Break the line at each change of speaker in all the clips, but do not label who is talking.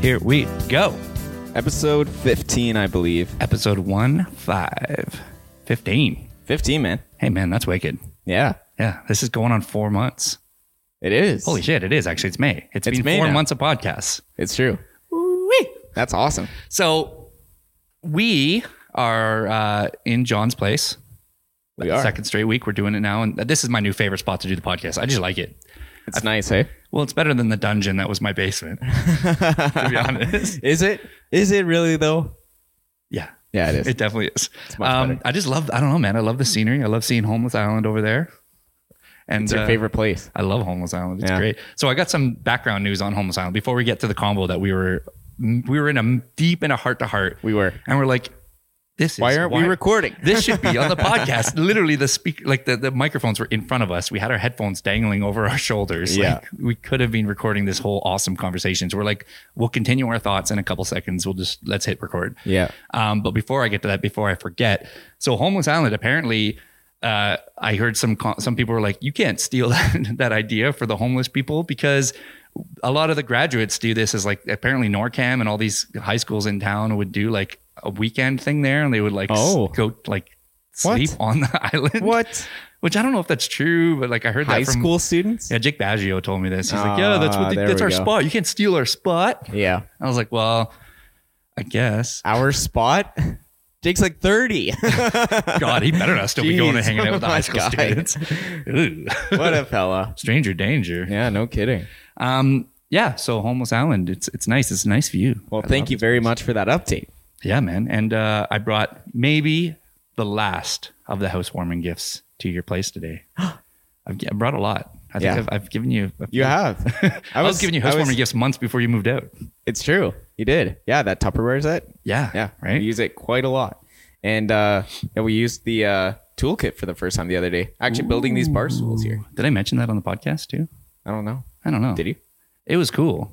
Here we go.
Episode 15, I believe.
Episode 1 5 15.
15, man.
Hey, man, that's wicked.
Yeah,
Yeah, this is going on four months.
it is.
Holy shit, it is actually. It's May. it's
It's
been
May
four
now.
months of podcasts.
It's true. That's awesome.
So we are uh, in John's place.
We are.
Second straight week. We're doing it now. And this is my new favorite spot to do the podcast. I just like it.
It's nice, hey?
Well, it's better than the dungeon that was my basement, to be honest.
Is it? Is it really, though?
Yeah.
Yeah, it is.
It definitely is.
much
Um,
better.
I just love, I don't know, man. I love the scenery. I love seeing Homeless Island over there. And
it's your
uh,
favorite place.
I love Homeless Island. It's
Yeah.
great. So I got some background news on Homeless Island before we get to the combo that we were, we were in a deep in a heart to heart.
We were.
And we're like, this is
Why aren't we recording?
this should be on the podcast. Literally, the speak like the, the microphones were in front of us. We had our headphones dangling over our shoulders.
Yeah.
Like, we could have been recording this whole awesome conversation. So we're like, we'll continue our thoughts in a couple seconds. We'll just let's hit record.
Yeah.
Um, but before I get to that, before I forget, so Homeless Island apparently. Uh, I heard some co- some people were like, "You can't steal that, that idea for the homeless people because a lot of the graduates do this as like apparently Norcam and all these high schools in town would do like a weekend thing there, and they would like s-
Oh.
go like
What?
sleep on the island.
What?
Which I don't know if that's true, but like I heard
High
that from
school students?
Yeah, Jake Baggio told me this. He's like, "Yeah, that's what
Ah,
they,
there
that's
we
our
go.
spot. You can't steal our spot."
Yeah.
I was like, "Well, I guess."
Our spot? Jake's like 30.
God, he better not still be going and
Jeez.
hanging out with the
Oh
high
my
school
God.
students. Ooh.
what a fella.
Stranger danger.
Yeah, no kidding.
Um, yeah. So homeless island. It's it's nice. It's a nice view.
Well,
I
thank
love
you
it.
very much for that update.
Yeah, man. And uh, I brought maybe the last of the housewarming gifts to your place today. I've, I brought a lot. I think
Yeah.
I've, I've given you. A
You have.
I, was, giving you
I was-
housewarming gifts months before you moved out.
It's true. You did. Yeah, that Tupperware set.
Yeah.
Yeah,
Right.
We use it quite a lot, and uh, yeah, we used the uh, toolkit for the first time the other day. Actually, building these bar stools here.
Did I mention that on the podcast too?
I don't know.
I don't know.
Did you?
It was cool.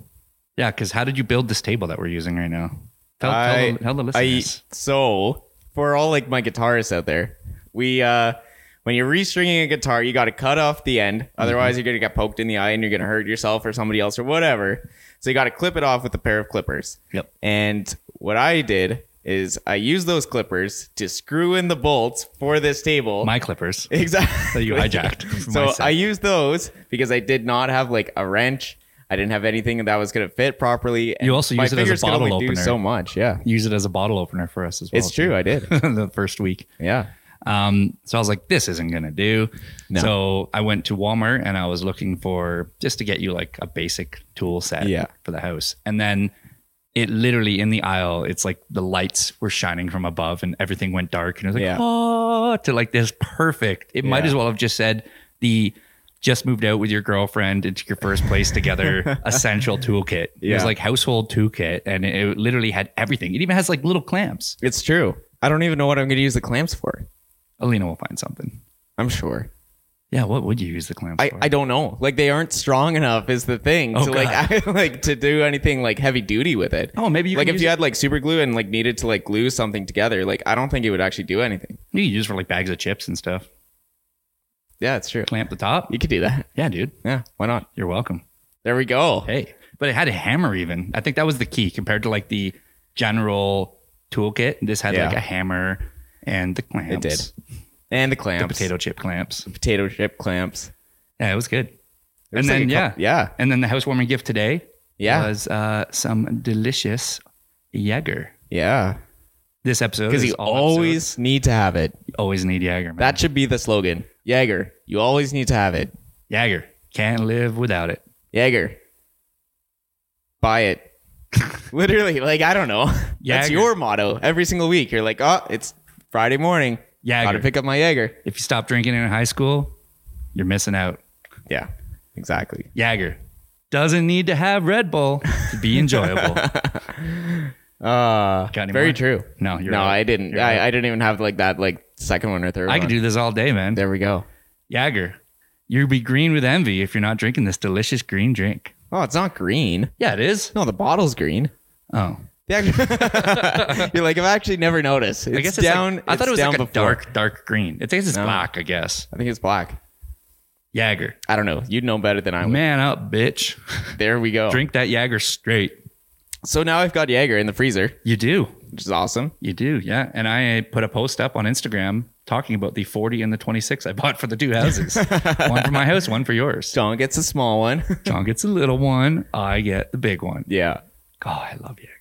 Yeah. Because how did you build this table that we're using right now? Tell,
I-
tell, the, tell the
I
listeners.
so for all like my guitarists out there, we uh, when you're restringing a guitar, you got to cut off the end.
Mm-hmm.
Otherwise, you're gonna get poked in the eye and you're gonna hurt yourself or somebody else or whatever. So you got to clip it off with a pair of clippers.
Yep.
And what I did is I used those clippers to screw in the bolts for this table.
my clippers that
Exactly.
you hijacked. from my
so
set.
I used those because I did not have like a wrench. I didn't have anything that was going to fit properly. and
You also
my
use it as a
fingers could
bottle
only do
opener.
so much. Yeah,
use it as a bottle opener for us as well.
it's true. I did.
the first week.
Yeah,
Um, so I was like, this isn't gonna do.
No.
So I went to Walmart and I was looking for just to get you like a basic tool set
Yeah.
for the house. And then it literally in the aisle, it's like the lights were shining from above and everything went dark. And it was like,
Yeah.
oh, to like this perfect. It might
Yeah.
as well have just said the just moved out with your girlfriend into your first place together essential toolkit. It was
Yeah.
like household toolkit and it, it literally had everything. It even has like little clamps.
it's true. I don't even know what I'm going to use the clamps for.
Alina will find something.
I'm sure.
Yeah, what would you use the clamps
I,
for?
I don't know. Like they aren't strong enough is the thing
Oh,
to like I, like to do anything like heavy duty with it.
Oh, maybe you
like
can
if
use
you
it-
had like super glue and like needed to like glue something together. Like I don't think it would actually do anything.
You could use it for like bags of chips and stuff.
Yeah, it's true.
Clamp the top.
You could do that.
Yeah, dude.
Yeah, why not?
You're welcome.
There we go.
Hey. But it had a hammer even. I think that was the key compared to like the general toolkit. This had
Yeah.
like a hammer and the clamps.
It did. And the
The
clamps.
potato chip clamps.
potato chip clamps.
Yeah, it was good.
It was
and then
like a
yeah.
cou- yeah,
And then the housewarming gift today
Yeah.
was uh, some delicious Jaeger.
yeah.
This episode
Because
is
you
all
always
episodes.
need to have it.
always need Jaeger, man.
That should be the slogan. Jaeger, you always need to have it.
Jaeger. Can't live without it.
Jaeger, buy it. Literally, like I don't know. That's
Jaeger.
your motto every single week. You're like, oh, it's Friday morning. Gotta
Jaeger.
pick up my Jaeger.
if you stop drinking in high school, you're missing out.
Yeah, exactly.
Jagger doesn't need to have Red Bull to be enjoyable.
Uh,
any
very
more?
true.
No, you're
no,
right.
I didn't.
You're
I,
right.
I didn't even have like that like second one or third.
I
one.
could do this all day, man.
There we go.
Jagger, you'd be green with envy if you're not drinking this delicious green drink.
Oh, it's not green.
Yeah, it is.
No, the bottle's green.
Oh,
The act- You're like, I've actually never noticed. It's
I guess it's
down.
Like, I thought
it's
it was
down
like a
before.
dark, dark green. It's, it's
No.
black, I guess.
I think it's black.
Jagger,
I don't know. You'd know better than I would.
man up, bitch.
There we go.
Drink that Jagger straight.
So now I've got Jaeger in the freezer,
You do.
which is awesome.
You do, yeah. And I put a post up on Instagram talking about the 40 and the 26 I bought for the two houses. one for my house, one for yours.
John gets a small one.
John gets a little one, I get the big one.
yeah.
God, I love Jaeger.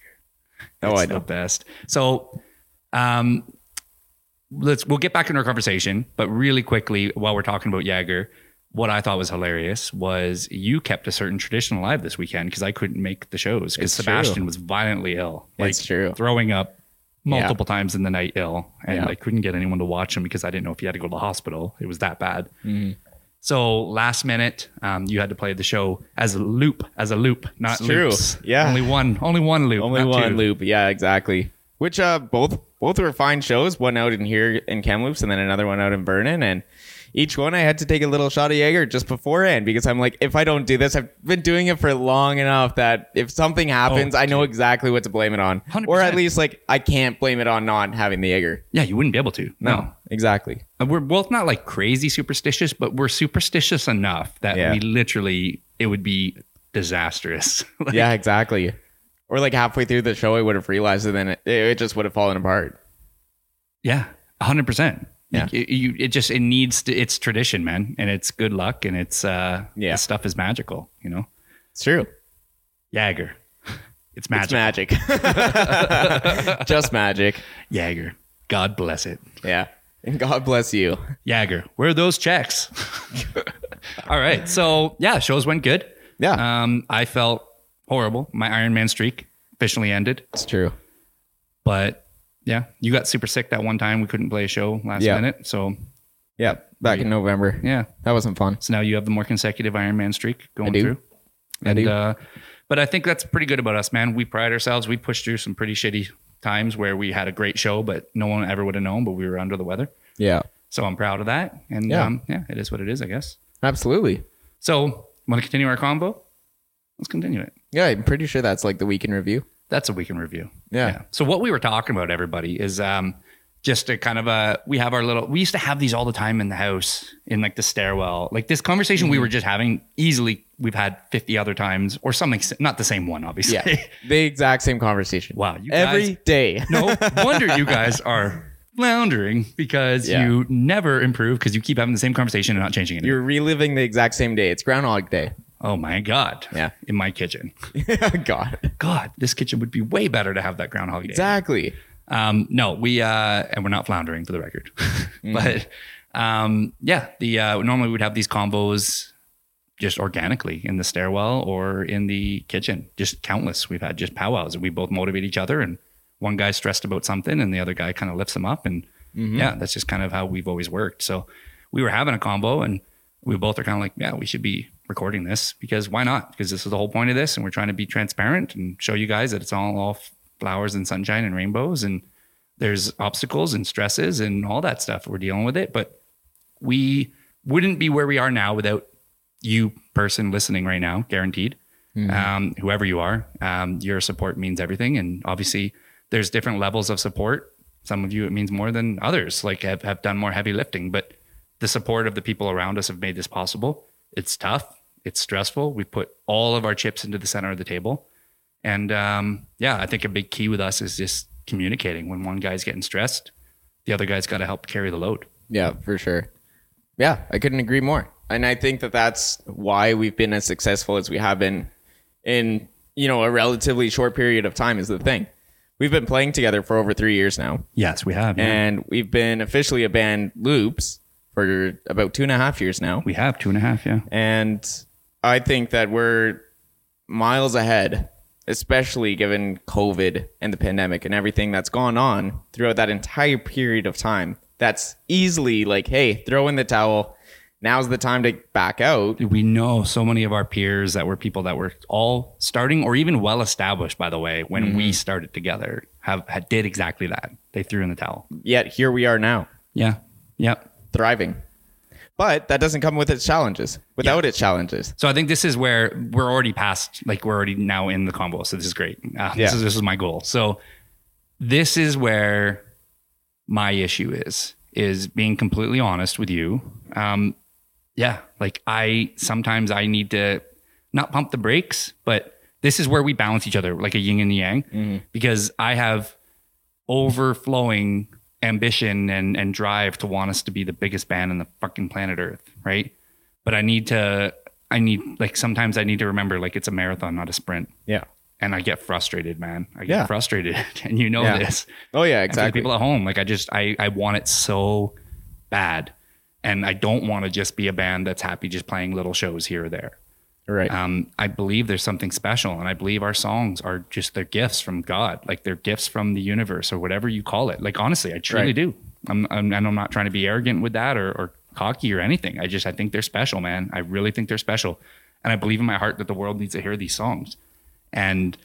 Oh,
it's
I
the
know.
best. So, um, let's we'll get back into our conversation, but really quickly while we're talking about Jaeger, what I thought was hilarious was you kept a certain tradition alive this weekend because I couldn't make the shows because
It's true.
Sebastian was violently ill, like
It's true.
throwing up multiple times in the night ill, and
Yeah.
I couldn't get anyone to watch him because I didn't know if he had to go to the hospital. It was that bad.
Mm-hmm.
So last minute, um, you had to play the show as a loop, as a loop, not
It's true.
loops.
Yeah.
only one, only one loop,
Only
not
one
two.
loop. Yeah, exactly. Which uh both both were fine shows, one out in here in Kamloops and then another one out in Vernon and each one I had to take a little shot of Jaeger just beforehand because I'm like, if I don't do this, I've been doing it for long enough that if something
Oh,
happens, I know exactly what to blame it on.
100%.
Or at least like I can't blame it on not having the Jaeger.
Yeah, you wouldn't be able to. No.
Exactly.
And We're both not like crazy superstitious, but we're superstitious enough that
Yeah.
we literally, it would be disastrous. Like,
yeah, exactly. Or like halfway through the show I would have realized and then it, it just would have fallen apart.
Yeah. 100%.
Yeah.
Like, it, you, it just, it needs to, it's tradition, man. And it's good luck and it's, uh,
Yeah.
this stuff is magical, you know?
It's true.
Jagger. It's magic.
It's magic. just magic.
Jagger. God bless it.
Yeah. And God bless you.
Jagger. Where are those checks? All right. So, yeah, shows went good.
Yeah.
Um, I felt horrible. My Iron Man streak officially ended.
it's true.
But yeah, you got super sick that one time. We couldn't play a show last
Yeah.
minute. So
Yeah. Back in November.
yeah,
That wasn't fun.
so now you have the more consecutive Iron Man streak going
do.
through.
I
And
do.
uh, but I think that's pretty good about us, man. We pride ourselves. We pushed through some pretty shitty times where we had a great show, but no one ever would have known. But we were under the weather,
Yeah.
so I'm proud of that. And
Yeah.
um, yeah it is what it is, I guess.
Absolutely.
So want to continue our combo? Let's continue it.
Yeah, I'm pretty sure that's like the week in review.
That's a week in review.
Yeah.
So what we were talking about, everybody, is um, just a kind of a we have our little. We used to have these all the time in the house in like the stairwell. Like this conversation
Mm-hmm.
we were just having easily. We've had fifty other times or something. s- Not the same one, obviously.
Yeah. the exact same conversation.
wow. You
Every
guys,
day.
no wonder you guys are floundering because
Yeah.
you never improve because you keep having the same conversation and not changing it.
You're reliving the exact same day. It's Groundhog Day.
Oh my god.
Yeah.
In my kitchen.
God.
God, this kitchen would be way better to have that groundhog day.
Exactly.
Um, no, we uh, and we're not floundering for the record, but um, yeah, the uh, normally we'd have these combos just organically in the stairwell or in the kitchen. Just countless we've had just powwows, and we both motivate each other. And one guy's stressed about something, and the other guy kind of lifts him up. And
Mm-hmm.
yeah, that's just kind of how we've always worked. So we were having a combo, and we both are kind of like, yeah, we should be recording this because why not? Because this is the whole point of this, and we're trying to be transparent and show you guys that it's all all flowers and sunshine and rainbows and there's obstacles and stresses and all that stuff. We're dealing with it, but we wouldn't be where we are now without you, person listening right now, guaranteed. Um, whoever you are, um, your support means everything. And obviously, there's different levels of support. Some of you it means more than others. Like have, have done more heavy lifting, but the support of the people around us have made this possible. It's tough. It's stressful. We put all of our chips into the center of the table. And um, yeah, I think a big key with us is just communicating. When one guy's getting stressed, the other guy's got to help carry the load.
Yeah, for sure. Yeah, I couldn't agree more. And I think that that's why we've been as successful as we have been in, you know, a relatively short period of time is the thing. We've been playing together for over 3 years now,
Yes, we have.
and we've been officially a band Loops for about two and a half years now.
we have two and a half. Yeah.
And I think that we're miles ahead, especially given COVID and the pandemic and everything that's gone on throughout that entire period of time. That's easily like, hey, throw in the towel. Now's the time to back out.
we know so many of our peers that were people that were all starting or even well established by the way when we started together have had, did exactly that they threw in the towel
Yet here we are now,
yeah yeah
thriving. But that doesn't come with its challenges. Without its challenges,
so i think this is where we're already past like we're already now in the combo so this is great uh,
Yeah.
this is this is my goal so this is where my issue is is being completely honest with you um yeah like i sometimes i need to not pump the brakes but this is where we balance each other like a yin and yang because I have overflowing ambition and and drive to want us to be the biggest band on the fucking planet Earth, right? But I need to I need like sometimes I need to remember like it's a marathon, not a sprint.
Yeah.
And I get frustrated, man. I get
Yeah.
frustrated. And you know
Yeah.
this.
Oh yeah,
And for the
exactly.
people at home, like I just I I want it so bad. And I don't want to just be a band that's happy just playing little shows here or there
right.
um, I believe there's something special, and I believe our songs are just their gifts from God, like they're gifts from the universe or whatever you call it. Like honestly, I truly
Right.
do. I'm, I'm and I'm not trying to be arrogant with that or, or cocky or anything. I just I think they're special, man. I really think they're special, and I believe in my heart that the world needs to hear these songs, and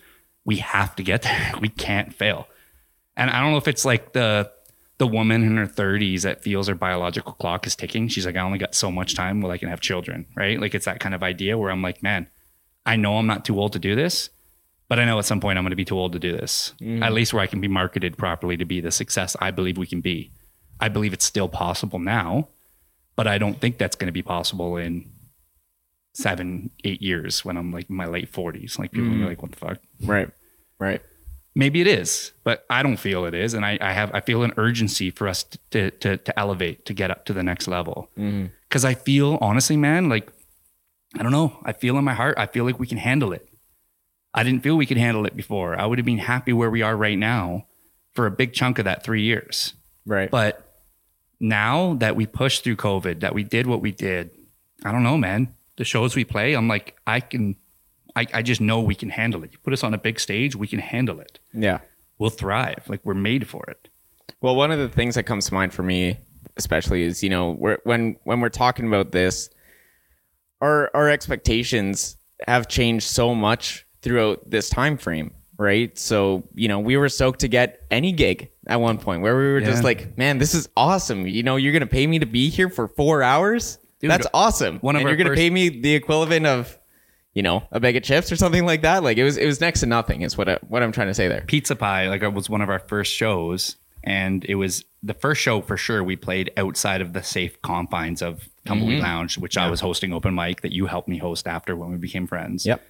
we have to get there. We can't fail. And I don't know if it's like the the woman in her 30s that feels her biological clock is ticking. She's like, I only got so much time while I can have children, right? Like it's that kind of idea where I'm like, man, I know I'm not too old to do this, but I know at some point I'm going to be too old to do this. At least where I can be marketed properly to be the success I believe we can be. I believe it's still possible now, but I don't think that's going to be possible in seven, eight years when I'm like in my late 40s. Like people are like, what the fuck?
Right. Right.
maybe it is, but I don't feel it is, and I, I have I feel an urgency for us to to to elevate to get up to the next level. Because I feel honestly, man, like I don't know, I feel in my heart, I feel like we can handle it. I didn't feel we could handle it before. I would have been happy where we are right now for a big chunk of that three years.
Right.
But now that we pushed through COVID, that we did what we did, I don't know, man. The shows we play, I'm like, I can, I, I just know we can handle it. You put us on a big stage, we can handle it
yeah.
we'll thrive. Like we're made for it.
Well, one of the things that comes to mind for me, especially, is you know we're, when when we're talking about this, our our expectations have changed so much throughout this time frame, right? So you know we were stoked to get any gig at one point where we were just
Yeah.
like, man, this is awesome. You know, you're gonna pay me to be here for four hours.
Dude,
That's awesome.
one of
and
our
you're gonna
first-
pay me the equivalent of. You know, a bag of chips or something like that. Like it was, it was next to nothing. Is what I, what I'm trying to say there.
Pizza Pie, like it was one of our first shows, and it was the first show for sure we played outside of the safe confines of Tumbleweed
Mm-hmm.
Lounge, which I was hosting open mic that you helped me host after when we became friends.
Yep.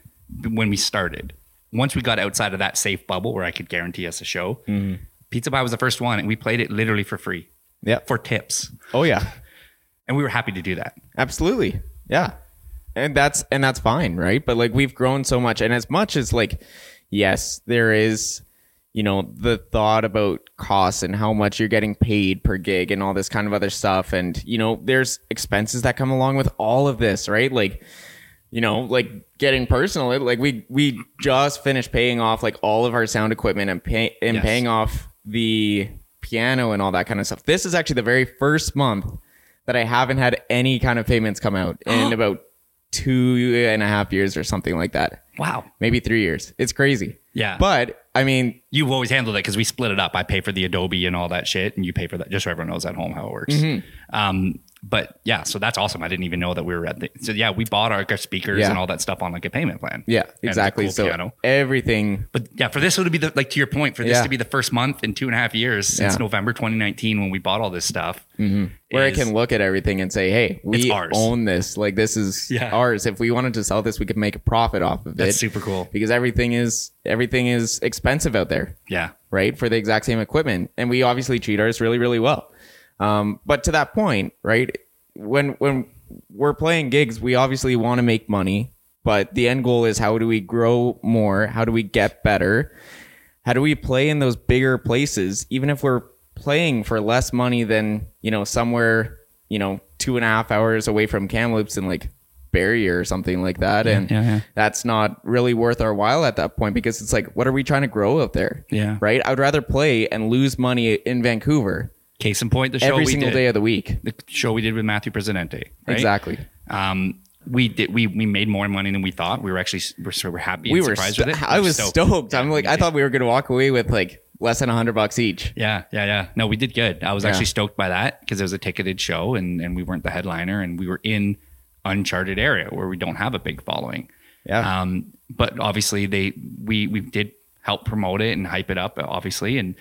When we started, once we got outside of that safe bubble where I could guarantee us a show,
Mm-hmm.
Pizza Pie was the first one, and we played it literally for free
Yep.
for tips,
Oh yeah.
and we were happy to do that.
Absolutely. Yeah. And that's and that's fine, right? But like we've grown so much and as much as like yes, there is you know the thought about costs and how much you're getting paid per gig and all this kind of other stuff and you know there's expenses that come along with all of this, right? Like you know, like getting personal, it- like we we just finished paying off like all of our sound equipment and pay, and
Yes.
paying off the piano and all that kind of stuff. This is actually the very first month that I haven't had any kind of payments come out in about two and a half years or something like that.
Wow.
Maybe three years. It's crazy.
Yeah.
But I mean,
You've always handled it because we split it up. I pay for the Adobe and all that shit, and you pay for that. Just so everyone knows at home how it works.
Mm-hmm.
Um, but yeah, so that's awesome. I didn't even know that we were at the. So yeah, we bought our, our speakers
Yeah.
and all that stuff on like a payment plan.
yeah,
And it's a
exactly.
cool
so
piano.
everything
But yeah, for this to be the like to your point, for this
Yeah.
to be the first month in two and a half years since
Yeah. Mm-hmm.
November 2019 when we bought all this stuff,
where
is-
I can look at everything and say, "Hey, we
It's ours.
own this. Like this is
Yeah.
ours. If we wanted to sell this, we could make a profit off of
That's
it."
super cool.
because everything is everything is expensive out there,
Yeah,
right? For the exact same equipment, and we obviously treat ours really, really well. Um, but to that point, right? When when we're playing gigs, we obviously want to make money, but the end goal is how do we grow more? How do we get better? How do we play in those bigger places, even if we're playing for less money than you know somewhere you know two and a half hours away from Kamloops and like Barrier or something like that, and
yeah, yeah.
that's not really worth our while at that point because it's like, what are we trying to grow out there?
Yeah.
Right? I would rather play and lose money in Vancouver
case in point, the show
every
we
single
did,
day of the week.
the show we did with Matthew Presidente, right?
Exactly.
Um, we did we we made more money than we thought. We were actually we're, so- we're happy.
We
and
were,
surprised
st-
with it.
I
We're
was stoked. I'm like, I thought we were going to walk away with like less than a hundred bucks each.
Yeah, yeah, yeah. No, we did good. I was
Yeah.
actually stoked by that because it was a ticketed show and and we weren't the headliner and we were in uncharted area where we don't have a big following.
Yeah.
Um, but obviously they we we did help promote it and hype it up, obviously, and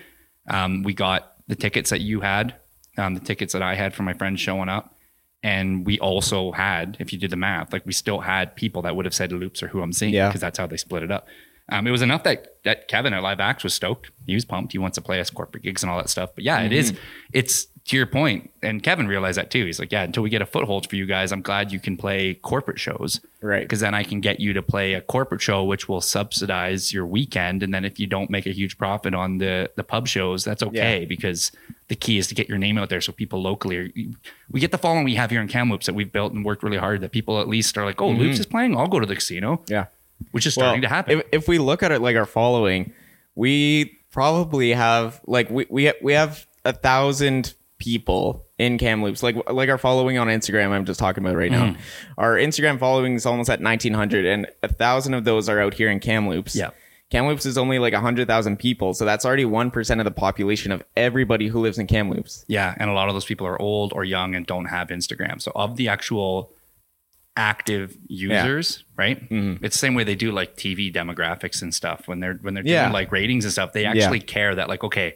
um, we got the tickets that you had, um, the tickets that I had for my friends showing up, And we also had, if you did the math, like we still had people that would have said loops or who I'm seeing
Yeah.
because that's how they split it up. Um, it was enough that that Kevin at Live Axe was stoked. He was pumped. He wants to play us corporate gigs and all that stuff. But yeah, it
Mm-hmm.
is. It's to your point, and Kevin realized that too. He's like, yeah, until we get a foothold for you guys, I'm glad you can play corporate shows
Right.
because then I can get you to play a corporate show, which will subsidize your weekend. And then if you don't make a huge profit on the the pub shows, that's okay because the key is to get your name out there so people locally are, we get the following we have here in Kamloops that we've built and worked really hard that people at least are like, oh, Loops is playing, I'll go to the casino,
Mm-hmm. Yeah.
which is starting to happen.
If, if we look at it like our following, we probably have like we we we have a thousand people in Kamloops. Like like our following on Instagram, I'm just talking about right now.
Mm-hmm.
Our Instagram following is almost at 1900, and a thousand of those are out here in Kamloops.
Yeah.
Kamloops is only like 100,000 people, so that's already 1% of the population of everybody who lives in Kamloops.
yeah, and a lot of those people are old or young and don't have Instagram. So of the actual active users, right?
Mm-hmm.
It's the same way they do like TV demographics and stuff when they're when they're doing
Yeah.
like ratings and stuff. They actually care that like okay,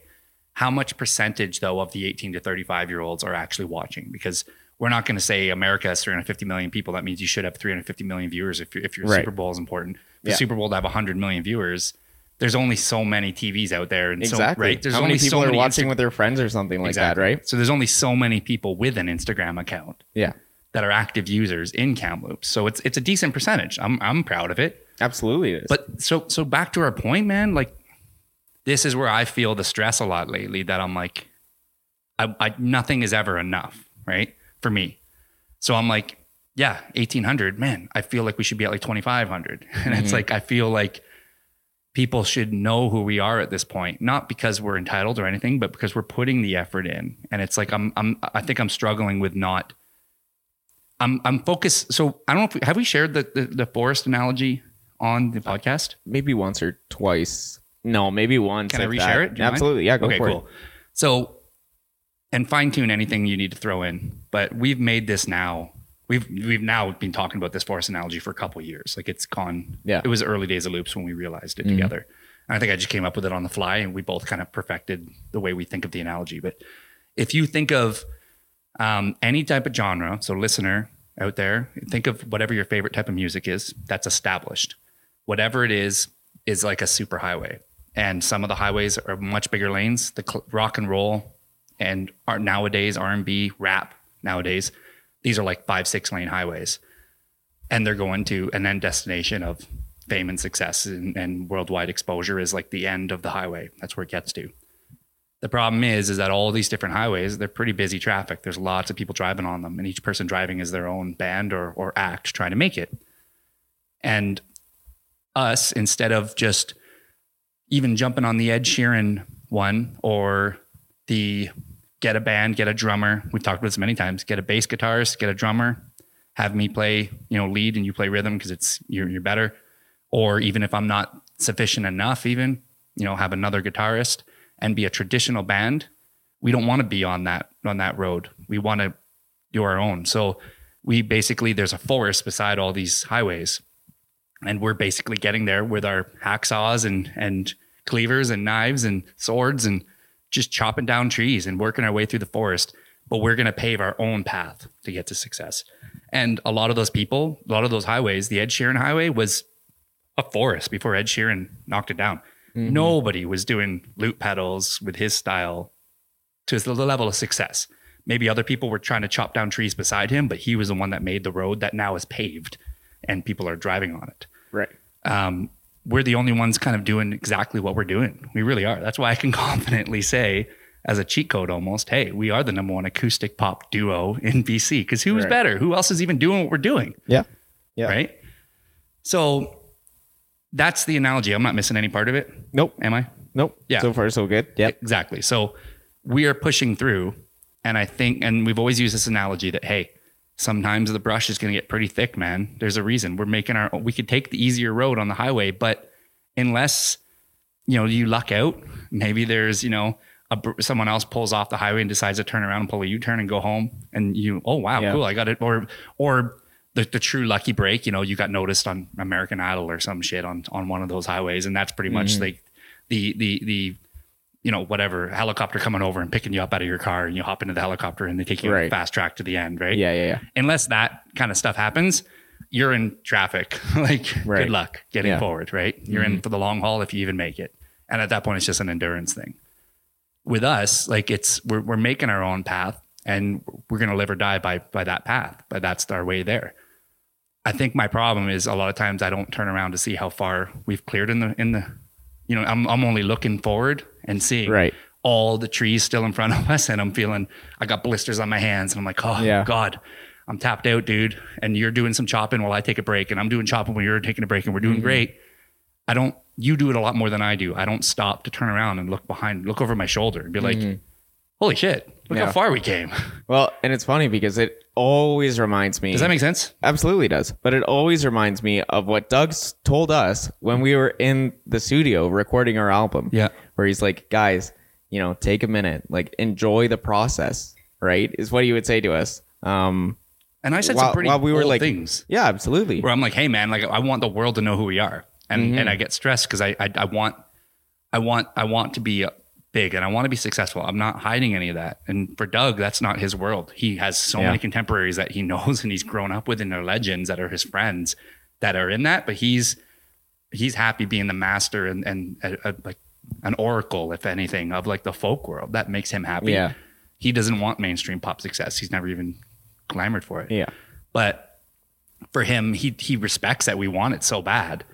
how much percentage though of the 18 to 35 year olds are actually watching because we're not going to say America has 350 million people. That means you should have 350 million viewers if, your- if your
Right.
Super Bowl is important. The
Yeah.
Super Bowl to have 100 million viewers. There's only so many TVs out there, and so
Exactly.
right. There's
How
only
many people
so
are
many
watching with their friends or something like that,
Exactly.
right?
So there's only so many people with an Instagram account
Yeah.
that are active users in Kamloops. So it's it's a decent percentage. I'm I'm proud of it.
Absolutely. it is.
But so so back to our point, man. Like this is where I feel the stress a lot lately. That I'm like, I, I nothing is ever enough, right? For me. So I'm like, yeah, eighteen hundred, man. I feel like we should be at like twenty five hundred, and it's like I feel like people should know who we are at this point, not because we're entitled or anything, but because we're putting the effort in. And it's like I'm I'm I think I'm struggling with not. I'm I'm focused. So I don't know if we, have we shared the, the the forest analogy on the podcast.
maybe once or twice. No, maybe once.
Can I
if
reshare it? Do you mind?
Absolutely. Yeah, go
okay,
for
cool. So, and fine tune anything you need to throw in, but we've made this now. We've we've now been talking about this forest analogy for a couple years. Like it's gone.
Yeah. Mm-hmm.
It was early days of loops when we realized it together. And I think I just came up with it on the fly, and we both kind of perfected the way we think of the analogy. But if you think of um, any type of genre, so listener out there, think of whatever your favorite type of music is that's established. Whatever it is, is like a superhighway. And some of the highways are much bigger lanes. The cl- rock and roll and are nowadays R&B, rap nowadays, these are like five, six lane highways. And they're going to an end destination of fame and success and, and worldwide exposure is like the end of the highway. That's where it gets to. The problem is, is that all these different highways, they're pretty busy traffic. There's lots of people driving on them, and each person driving is their own band or or act trying to make it. And us, instead of just even jumping on the Ed Sheeran one or the get a band, get a drummer. We've talked about this many times. Get a bass guitarist, get a drummer, have me play, you know, lead and you play rhythm because it's you're you're better. Or even if I'm not sufficient enough, even, you know, have another guitarist and be a traditional band. We don't want to be on that on that road. We want to do our own. So we basically there's a forest beside all these highways and we're basically getting there with our hacksaws and and cleavers and knives and swords and just chopping down trees and working our way through the forest but we're going to pave our own path to get to success and a lot of those people a lot of those highways the ed sheeran highway was a forest before ed sheeran knocked it down nobody was doing loop pedals with his style to the level of success maybe other people were trying to chop down trees beside him but he was the one that made the road that now is paved and people are driving on it
it. Right.
um, we're the only ones kind of doing exactly what we're doing. We really are. That's why I can confidently say, as a cheat code almost, hey, we are the number one acoustic pop duo in BC. Because who's
Right.
better? Who else is even doing what we're doing?
Yeah. Yeah.
Right. So that's the analogy. I'm not missing any part of it,
Nope.
am I?
Nope.
Yeah.
So far, so good. Yep.
Exactly. So we are pushing through. And I think, and we've always used this analogy that, hey, sometimes the brush is going to get pretty thick, man. There's a reason we're making our, we could take the easier road on the highway, but unless, you know, you luck out, maybe there's, you know, a, br- someone else pulls off the highway and decides to turn around and pull a U-turn and go home and you, oh, wow,
Yeah.
cool. I got it. Or, or, the, the true lucky break, you know, you got noticed on
Mm-hmm.
American Idol or some shit on on one of those highways, and that's pretty much like the the the you know, whatever helicopter coming over and picking you up out of your car and you hop into the helicopter and they take you
Right.
fast track to the end, right?
Yeah, yeah, yeah.
Unless that kind of stuff happens, you're in traffic. like
Right.
good luck getting
Yeah. Mm-hmm.
forward, right? You're in for the long haul if you even make it. And at that point it's just an endurance thing. With us, like it's we're we're making our own path and we're gonna live or die by by that path, but that's our way there. I think my problem is a lot of times I don't turn around to see how far we've cleared in the in the you know, I'm I'm only looking forward and seeing
Right.
all the trees still in front of us and I'm feeling I got blisters on my hands and I'm like, oh
Yeah.
God, I'm tapped out, dude. And you're doing some chopping while I take a break and I'm doing chopping while you're taking a break and we're
Mm-hmm.
doing great. I don't you do it a lot more than I do. I don't stop to turn around and look behind, look over my shoulder and be like, holy shit, look
Mm-hmm. Yeah.
how far we came.
Well, and it's funny because it always reminds me.
Does that make sense?
Absolutely does. But it always reminds me of what Doug's told us when we were in the studio recording our album.
Yeah.
Where he's like, guys, you know, take a minute, like enjoy the process, right? Is what he would say to us. Um,
And I said
while,
some pretty
while we were
bold
like,
things.
yeah, absolutely.
where I'm like, hey man, like I want the world to know who we are, and
Mm-hmm.
and I get stressed because I, I I want I want I want to be big and I want to be successful. I'm not hiding any of that. And for Doug, that's not his world. He has so
Yeah.
many contemporaries that he knows and he's grown up with and they're legends that are his friends that are in that. But he's he's happy being the master and and uh uh like an oracle, if anything, of like the folk world. That makes him happy.
Yeah.
He doesn't want mainstream pop success. He's never even clamored for it
Yeah.
but for him he he respects that we want it so bad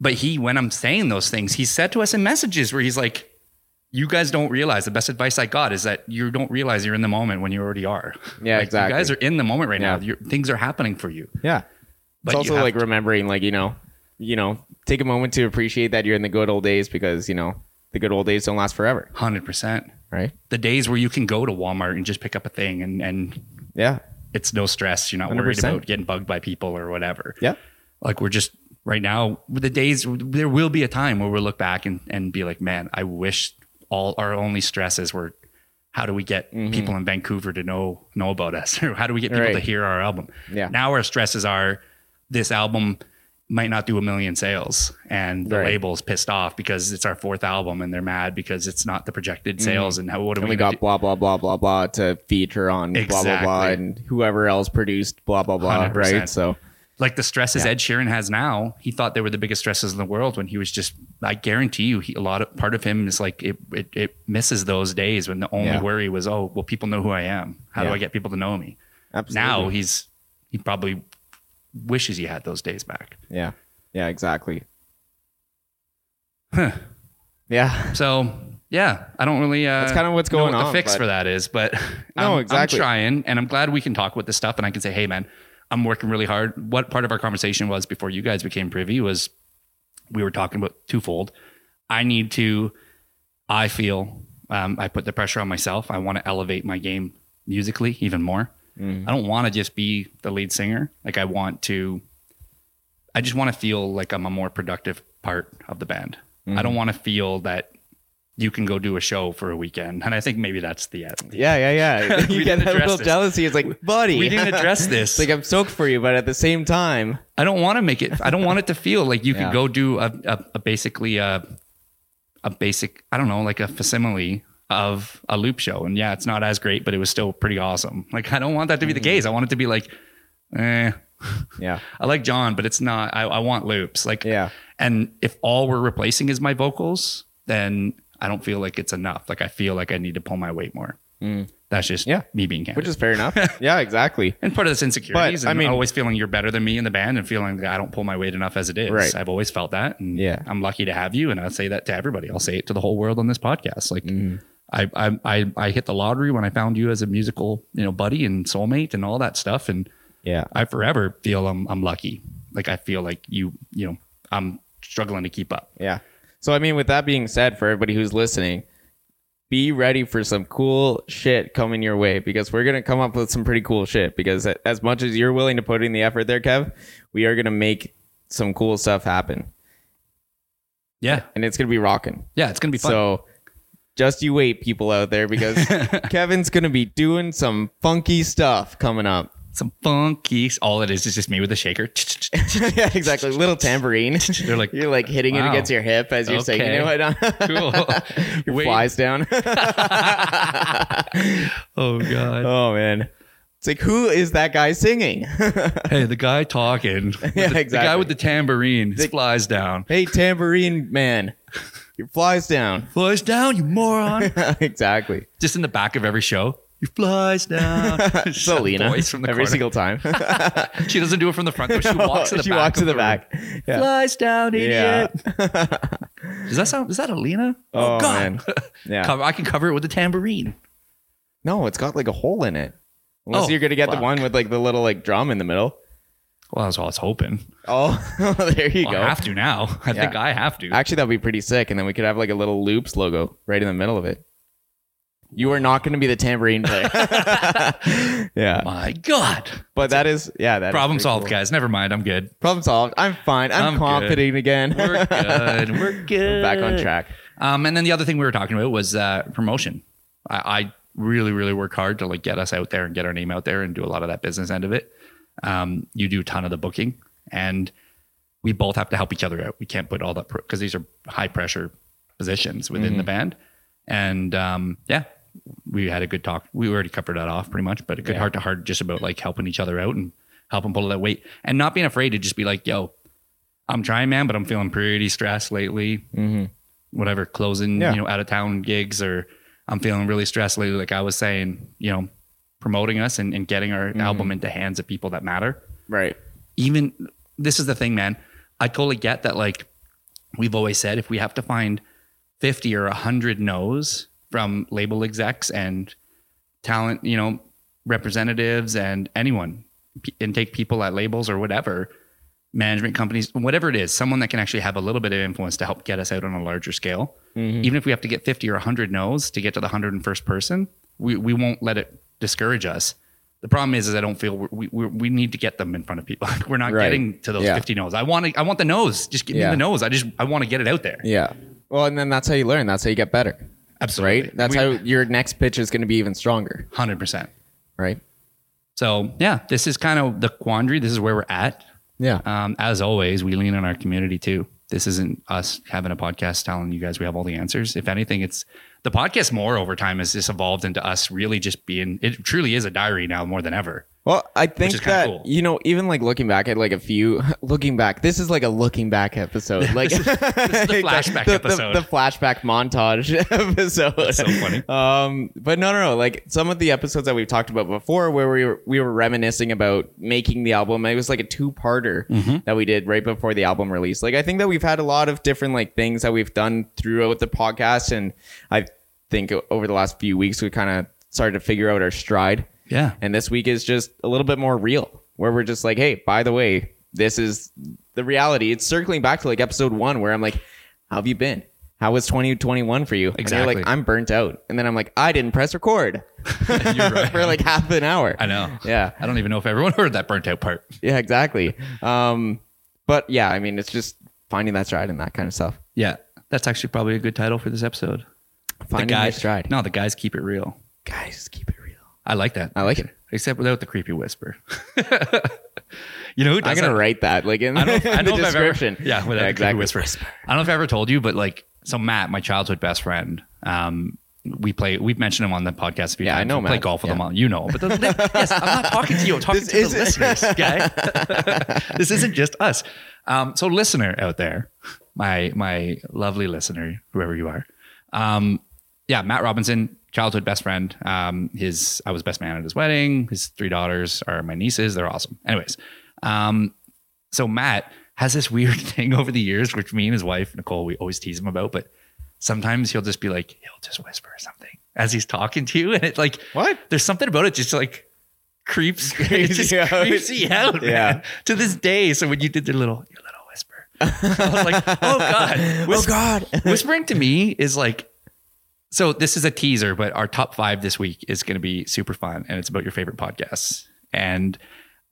but he when i'm saying those things he said to us in messages where he's like you guys don't realize the best advice i got is that you don't realize you're in the moment when you already are
Yeah,
Like,
exactly.
you guys are in the moment right now
Yeah.
you things are happening for you
Yeah.
But
it's
you
also
have
like
to-
remembering, like, you know, you know, take a moment to appreciate that you're in the good old days because, you know, the good old days don't last forever,
100%
right?
the days where you can go to walmart and just pick up a thing and and
Yeah.
it's no stress you're not worried
100%.
about getting bugged by people or whatever
Yeah.
like we're just right now the days there will be a time where we'll look back and, and be like man i wish all our only stresses were how do we get people in vancouver to know know about us or how do we get people
Mm-hmm.
to
Right.
hear our album
Yeah.
now our stresses are this album might not do a million sales and the
Right.
label's pissed off because it's our fourth album and they're mad because it's not the projected sales and how what do
Mm-hmm. And
we,
we
gonna
got blah blah blah blah blah to feature on blah blah blah
Exactly.
and whoever else produced blah blah blah
100%.
right so
like the stresses Ed Sheeran has now, he thought they were the biggest stresses in the world when he was just, I guarantee you, he, a lot of part of him is like, it, it, it misses those days when the only
Yeah.
worry was, oh, will people know who I am? How
Yeah.
do I get people to know me?
absolutely.
Now he's, he probably wishes he had those days back.
yeah yeah exactly
Huh.
yeah
So yeah, I don't really, uh,
That's kinda what's
know
going
what
on,
the fix
but-
for that is, but
No,
I'm,
exactly.
I'm trying and I'm glad we can talk with this stuff and I can say, Hey man, I'm working really hard. What part of our conversation was before you guys became privy was we were talking about twofold. I need to, I feel, um, I put the pressure on myself. I want to elevate my game musically even more. I don't want to just be the lead singer. Like I want to, I just want to feel like I'm a more productive part of the band. I don't want to feel that you can go do a show for a weekend. And I think maybe that's the end.
yeah yeah yeah
We
you get
didn't
that
address
little
this.
jealousy it's like buddy
We didn't address this.
it's like i'm stoked for you but at the same time
I don't want to make it. I don't want it to feel like you
Yeah.
could go do a, a, a basically a, a basic. I don't know, like a facsimile of a loop show. And yeah, it's not as great, but it was still pretty awesome. Like I don't want that to be
Mm-hmm.
the case. I want it to be like, eh,
yeah
I like John, but it's not. I, I want loops. Like
Yeah.
And if all we're replacing is my vocals, then I don't feel like it's enough. Like I feel like I need to pull my weight more. That's just
Mm. Yeah.
me being candid.
which is fair enough yeah exactly
And part of this insecurities,
But, I
and I
mean-
always feeling you're better than me in the band, and feeling that I don't pull my weight enough as it is.
Right.
I've always felt that, and
Yeah.
I'm lucky to have you. And I say that to everybody. I'll say it to the whole world on this podcast. Like,
Mm-hmm.
I, I, I, I hit the lottery when I found you as a musical, you know, buddy and soulmate and all that stuff. And
yeah
I forever feel I'm, I'm lucky. Like I feel like you, you know, I'm struggling to keep up.
Yeah. So I mean, with that being said, for everybody who's listening, be ready for some cool shit coming your way because we're gonna come up with some pretty cool shit. Because a- as much as you're willing to put in the effort there, Kev, we are gonna make some cool stuff happen,
Yeah,
and it's gonna be rocking.
yeah, it's gonna be fun.
So just you wait, people out there, because Kevin's gonna be doing some funky stuff coming up.
some funky. All it is is just me with a shaker.
yeah, exactly. Little tambourine.
They're like,
You're like hitting
Wow.
it against your hip as you're saying,
Okay.
you know what?
cool.
Your
Wait.
flies down.
Oh god.
oh man. It's like who is that guy singing?
Hey, the guy talking. with the,
Yeah,
The guy
exactly.
with the tambourine
The-
flies down.
hey tambourine man. Your flies down.
Flies down, you moron.
exactly.
just in the back of every show. You flies down. Just that
Selena.
voice from the
every
corner.
single time.
She doesn't do it from the front though. She walks in the
She
back.
walks
of
in the
room.
back. Yeah.
Flies down, idiot.
Yeah.
Does that sound? Is that Alina?
Oh, man. Yeah.
Cover- I can cover it with a tambourine.
No, it's got like a hole in it. Unless
Oh,
you're gonna get
fuck.
the one with like the little like drum in the middle.
Well, that's what I was hoping.
Oh, there you
Well,
go.
I have to now. I
Yeah.
think I have to.
Actually, that'd be pretty sick. And then we could have like a little loops logo right in the middle of it. You are not going to be the tambourine player. yeah,
My God.
but that is yeah that is
Problem
pretty
solved,
cool.
guys. Never mind. I'm good.
Problem solved. I'm fine. I'm,
I'm
confident again.
We're good. We're
I'm
good.
back on track.
Um, and then the other thing we were talking about was uh, promotion. I, I really, really work hard to like get us out there and get our name out there and do a lot of that business end of it. Um, you do a ton of the booking, and we both have to help each other out. We can't put all that because these are high pressure positions within the band. And um, yeah, we had a good talk. We already covered that off pretty much, but a good
Yeah.
heart to heart just about like helping each other out and helping pull that weight and not being afraid to just be like, yo, I'm trying, man, but I'm feeling pretty stressed lately
Mm-hmm.
whatever closing
Yeah.
you know out of town gigs or i'm feeling really stressed lately like i was saying you know promoting us and, and getting our album into hands of people that matter
Right.
even this is the thing man i totally get that like we've always said if we have to find 50 or 100 no's from label execs and talent you know representatives and anyone p- intake people at labels or whatever management companies whatever it is someone that can actually have a little bit of influence to help get us out on a larger scale
Mhm.
even if we have to get 50 or 100 no's to get to the 101st person we, we won't let it discourage us the problem is is i don't feel we, we, we need to get them in front of people we're not
Right.
getting to those
Yeah.
50 no's i want to i want the no's just give
Yeah.
me the no's i just i want to get it out there
Yeah. Well, and then that's how you learn. That's how you get better.
absolutely
Right. That's
We-
how your next pitch is going to be even stronger.
100%
Right.
so yeah this is kind of the quandary this is where we're at
Yeah.
um, as always we lean on our community too this isn't us having a podcast telling you guys we have all the answers if anything it's the podcast more over time has just evolved into us really just being it truly is a diary now more than ever
Well, I think
is kinda
that
cool.
you know, even like looking back at like a few looking back. This is like a looking back episode. Like
This is- this is the flashback
the,
episode.
The, flashback montage episode. That's
so funny.
Um, but no, no, no. Like some of the episodes that we've talked about before, where we were, we were reminiscing about making the album. It was like a two parter
Mm-hmm.
that we did right before the album release. Like I think that we've had a lot of different like things that we've done throughout the podcast, and I think o- over the last few weeks we kind of started to figure out our stride.
yeah
And this week is just a little bit more real, where we're just like, hey, by the way, this is the reality. It's circling back to like episode one, where I'm like, how have you been? How was 2021 for you? And you're
Exactly.
like, I'm burnt out. And then I'm like, I didn't press record
You're right.
for like half an hour.
I know.
Yeah.
I don't even know if everyone heard that burnt out part.
Yeah, exactly. Um, but yeah, I mean, it's just finding that stride and that kind of stuff.
Yeah. That's actually probably a good title for this episode.
Finding
guys,
your stride.
No, the guys keep it real.
Guys, keep it real.
I like that.
I like it.
Except without the creepy whisper. you know who does
I'm gonna
that?
write that like in
I don't, I
the
don't know if I've ever-
description.
yeah, without the creepy whisper. I don't know if I ever told you, but like, so Matt, my childhood best friend, um, we play. We've mentioned him on the podcast a few
Yeah, I
times.
know
We play
Matt.
golf with
Yeah.
him. On, you know, but those- yes, I'm not talking to you. I'm talking
This
to the
isn't-
listeners, guy. this isn't just us. Um, so, listener out there, my my lovely listener, whoever you are, um, yeah, Matt Robinson, childhood best friend. Um, his I was best man at his wedding. His three daughters are my nieces. They're awesome. Anyways, um, so Matt has this weird thing over the years, which me and his wife Nicole we always tease him about, but sometimes he'll just be like he'll just whisper something as he's talking to you, and it like
What?
there's something about it just like creeps, it
Creeps
just
you out.
creeps you out,
Yeah.
man, to this day. So when you did the little your little whisper, I was like, oh god,
Oh
Whisper-
God.
whispering to me is like so this is a teaser but our top five this week is going to be super fun and it's about your favorite podcasts and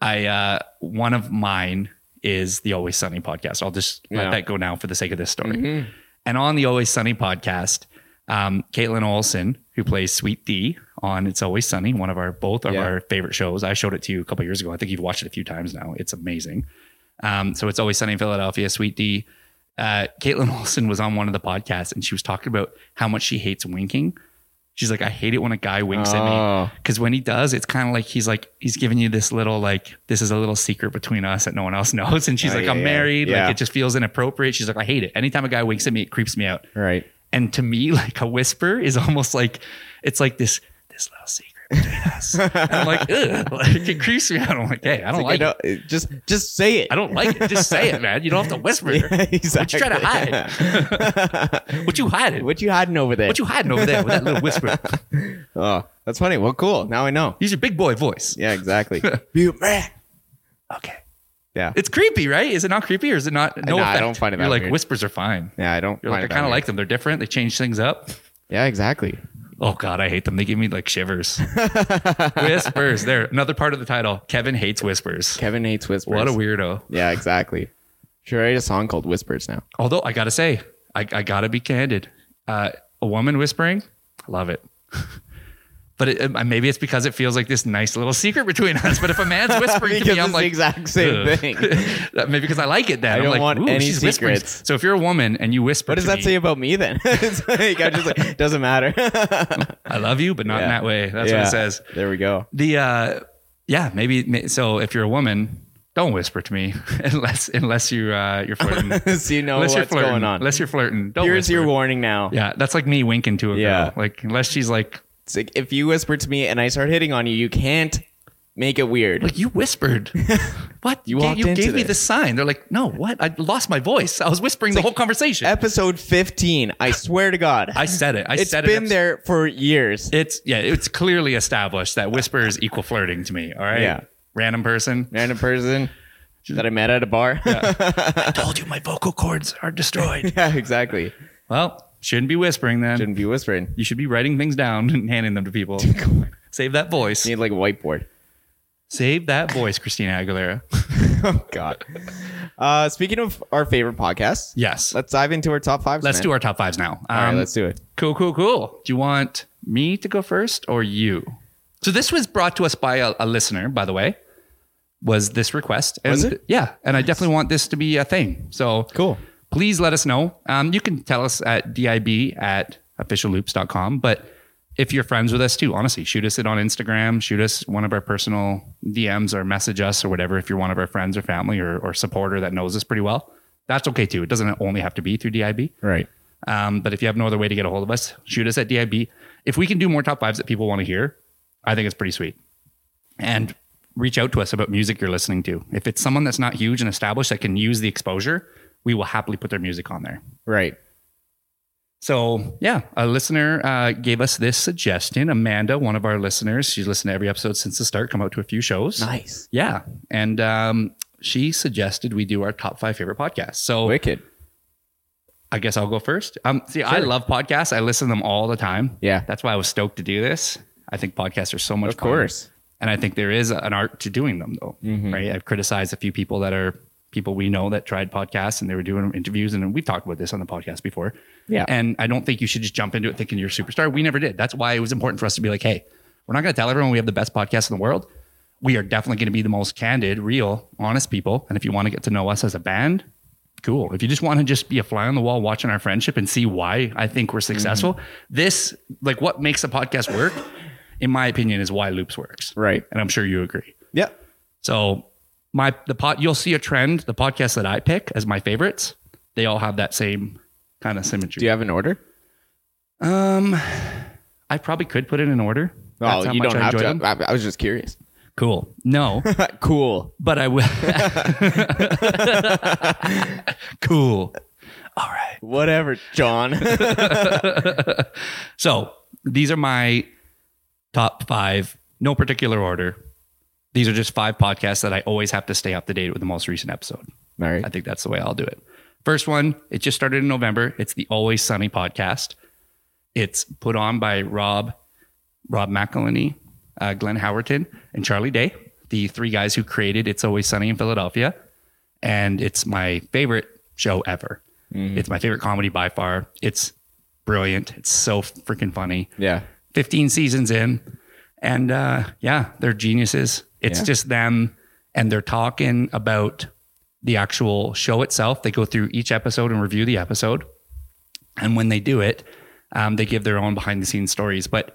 i uh one of mine is the always sunny podcast i'll just let
Yeah.
that go now for the sake of this story
Mhm.
and on the always sunny podcast Um, Caitlin Olson, who plays Sweet D on It's Always Sunny, one of our both of
Yeah.
our favorite shows. I showed it to you a couple years ago. I think you've watched it a few times now. It's amazing. Um, so it's always sunny in Philadelphia. Sweet D. Uh, Caitlin Olsen was on one of the podcasts and she was talking about how much she hates winking. She's like, I hate it when a guy winks at me
Oh.
because when he does, it's kind of like he's like he's giving you this little like this is a little secret between us that no one else knows. And she's
Oh,
like,
yeah,
I'm
yeah.
married.
Yeah.
Like it just feels inappropriate. She's like, I hate it. Anytime a guy winks at me, it creeps me out.
Right.
And to me, like a whisper is almost like it's like this this little secret between us. And I'm like, Ugh. like it creeps me out. I'm like, hey, I don't
It's
like, it.
I don't- just just say it.
I don't like it. Just say it, man. You don't have to whisper. What you trying to hide? what you hiding? What,
what you hiding over there?
you hiding over there with that little whisper?
oh, that's funny. Well, cool. Now I know.
Use your big boy voice.
Yeah, exactly.
Okay.
Yeah.
It's creepy, right? Is it not creepy or is it not? No,
Nah, I
effect?
don't find it
You're
that
like
weird.
whispers are fine.
Yeah, I don't.
You're like I
find it
kind
that
of
weird.
like them. They're different. They change things up.
Yeah, exactly.
Oh God, I hate them. They give me like shivers. whispers. There, another part of the title. Kevin hates whispers.
Kevin hates whispers.
What a weirdo.
Yeah, exactly. Should write a song called Whispers now.
Although I gotta say, I, I gotta be candid. Uh, a woman whispering, I love it. but it, uh, maybe it's because it feels like this nice little secret between us. But if a man's whispering to
Because
me, I'm
it's
like
the exact same
"Ugh."
thing.
maybe because I like it. Then I am
don't
like,
want
"Ooh,
any
she's whispering."
secrets.
So if you're a woman and you whisper,
What does
to
that
me,
say about me then? it's like I just like doesn't matter.
I love you, but not in
Yeah.
that way. That's what
Yeah.
it says.
There we go.
The uh, yeah, maybe. may- So if you're a woman, don't whisper to me unless unless you uh, you're flirting.
so you know
unless you're
Oh, what's
flirting.
going on.
Unless you're flirting. Don't
Here's
whisper.
your warning now.
yeah, that's like me winking to a
Yeah.
girl. Like unless she's like
It's like if you whisper to me and I start hitting on you, you can't make it weird.
like you whispered. What
You
ga-
walked
you
into
gave me
this.
the sign. They're like, no, what? I lost my voice. I was whispering the whole conversation.
Episode 15. I swear to God.
I said it. I
it's
said
been
it.
there for years.
It's yeah. It's clearly established that whispers equal flirting to me. All right.
Yeah.
Random person.
Random person that I met at a bar. Yeah,
I told you my vocal cords are destroyed.
exactly.
well, shouldn't be whispering then.
Shouldn't be whispering.
You should be writing things down and handing them to people. Save that voice.
Need like a whiteboard.
Save that voice, Christina Aguilera.
Oh God. Uh, speaking of our favorite podcasts,
Yes.
let's dive into our top fives.
Let's
man.
do our top fives now. Um,
All right, let's do it.
Cool, cool, cool. Do you want me to go first or you? So this was brought to us by a, a listener, by the way. Was this request? And,
Was it?
Yeah, and I definitely want this to be a thing. So
Cool.
Please let us know. Um, you can tell us at dib at officialloops.com. But if you're friends with us too, honestly, shoot us it on Instagram. Shoot us one of our personal DMs or message us or whatever. If you're one of our friends or family or, or supporter that knows us pretty well, that's okay too. It doesn't only have to be through dib.
Right.
Um, but if you have no other way to get a hold of us, shoot us at DIB. If we can do more top fives that people want to hear, I think it's pretty sweet. And reach out to us about music you're listening to. If it's someone that's not huge and established that can use the exposure, we will happily put their music on there.
Right.
So, yeah, a listener uh, gave us this suggestion. Amanda, one of our listeners, she's listened to every episode since the start, come out to a few shows.
Nice.
Yeah. And um, she suggested we do our top five favorite podcasts. So,
Wicked.
I guess I'll go first. Um, see, I
Sure.
love podcasts. I listen to them all the time.
Yeah.
that's why I was stoked to do this. I think podcasts are so much
Of
fun.
course. Mm-hmm.
and I think there is an art to doing them, though. Right? I've criticized a few people that are people we know that tried podcasts and they were doing interviews, and we've talked about this on the podcast before.
Yeah.
and I don't think you should just jump into it thinking you're a superstar. We never did. That's why it was important for us to be like, hey, we're not going to tell everyone we have the best podcast in the world. We are definitely going to be the most candid, real, honest people. And if you want to get to know us as a band, cool. If you just want to just be a fly on the wall watching our friendship and see why I think we're successful,
Mm-hmm.
this, like what makes a podcast work, in my opinion, is why Loops works.
Right.
And I'm sure you agree.
Yeah.
So my the pot you'll see a trend, the podcasts that I pick as my favorites, they all have that same kind of symmetry.
Do you have an order?
Um, I probably could put it in order. That's
oh,
how
you
much
don't
I
have
enjoy
to.
them.
I, I was just curious.
Cool. No,
cool.
but I will. cool. All right.
Whatever, John.
So these are my top five, no particular order. These are just five podcasts that I always have to stay up to date with the most recent episode.
All right.
I think that's the way I'll do it. First one, it just started in November. It's the Always Sunny podcast. It's put on by Rob, Rob McElhenney, uh, Glenn Howerton, and Charlie Day, the three guys who created It's Always Sunny in Philadelphia. And it's my favorite show ever. It's my favorite comedy by far. It's brilliant. It's so freaking funny.
Yeah.
15 seasons in and uh yeah they're geniuses it's
Yeah.
just them and they're talking about the actual show itself they go through each episode and review the episode and when they do it um, they give their own behind the scenes stories but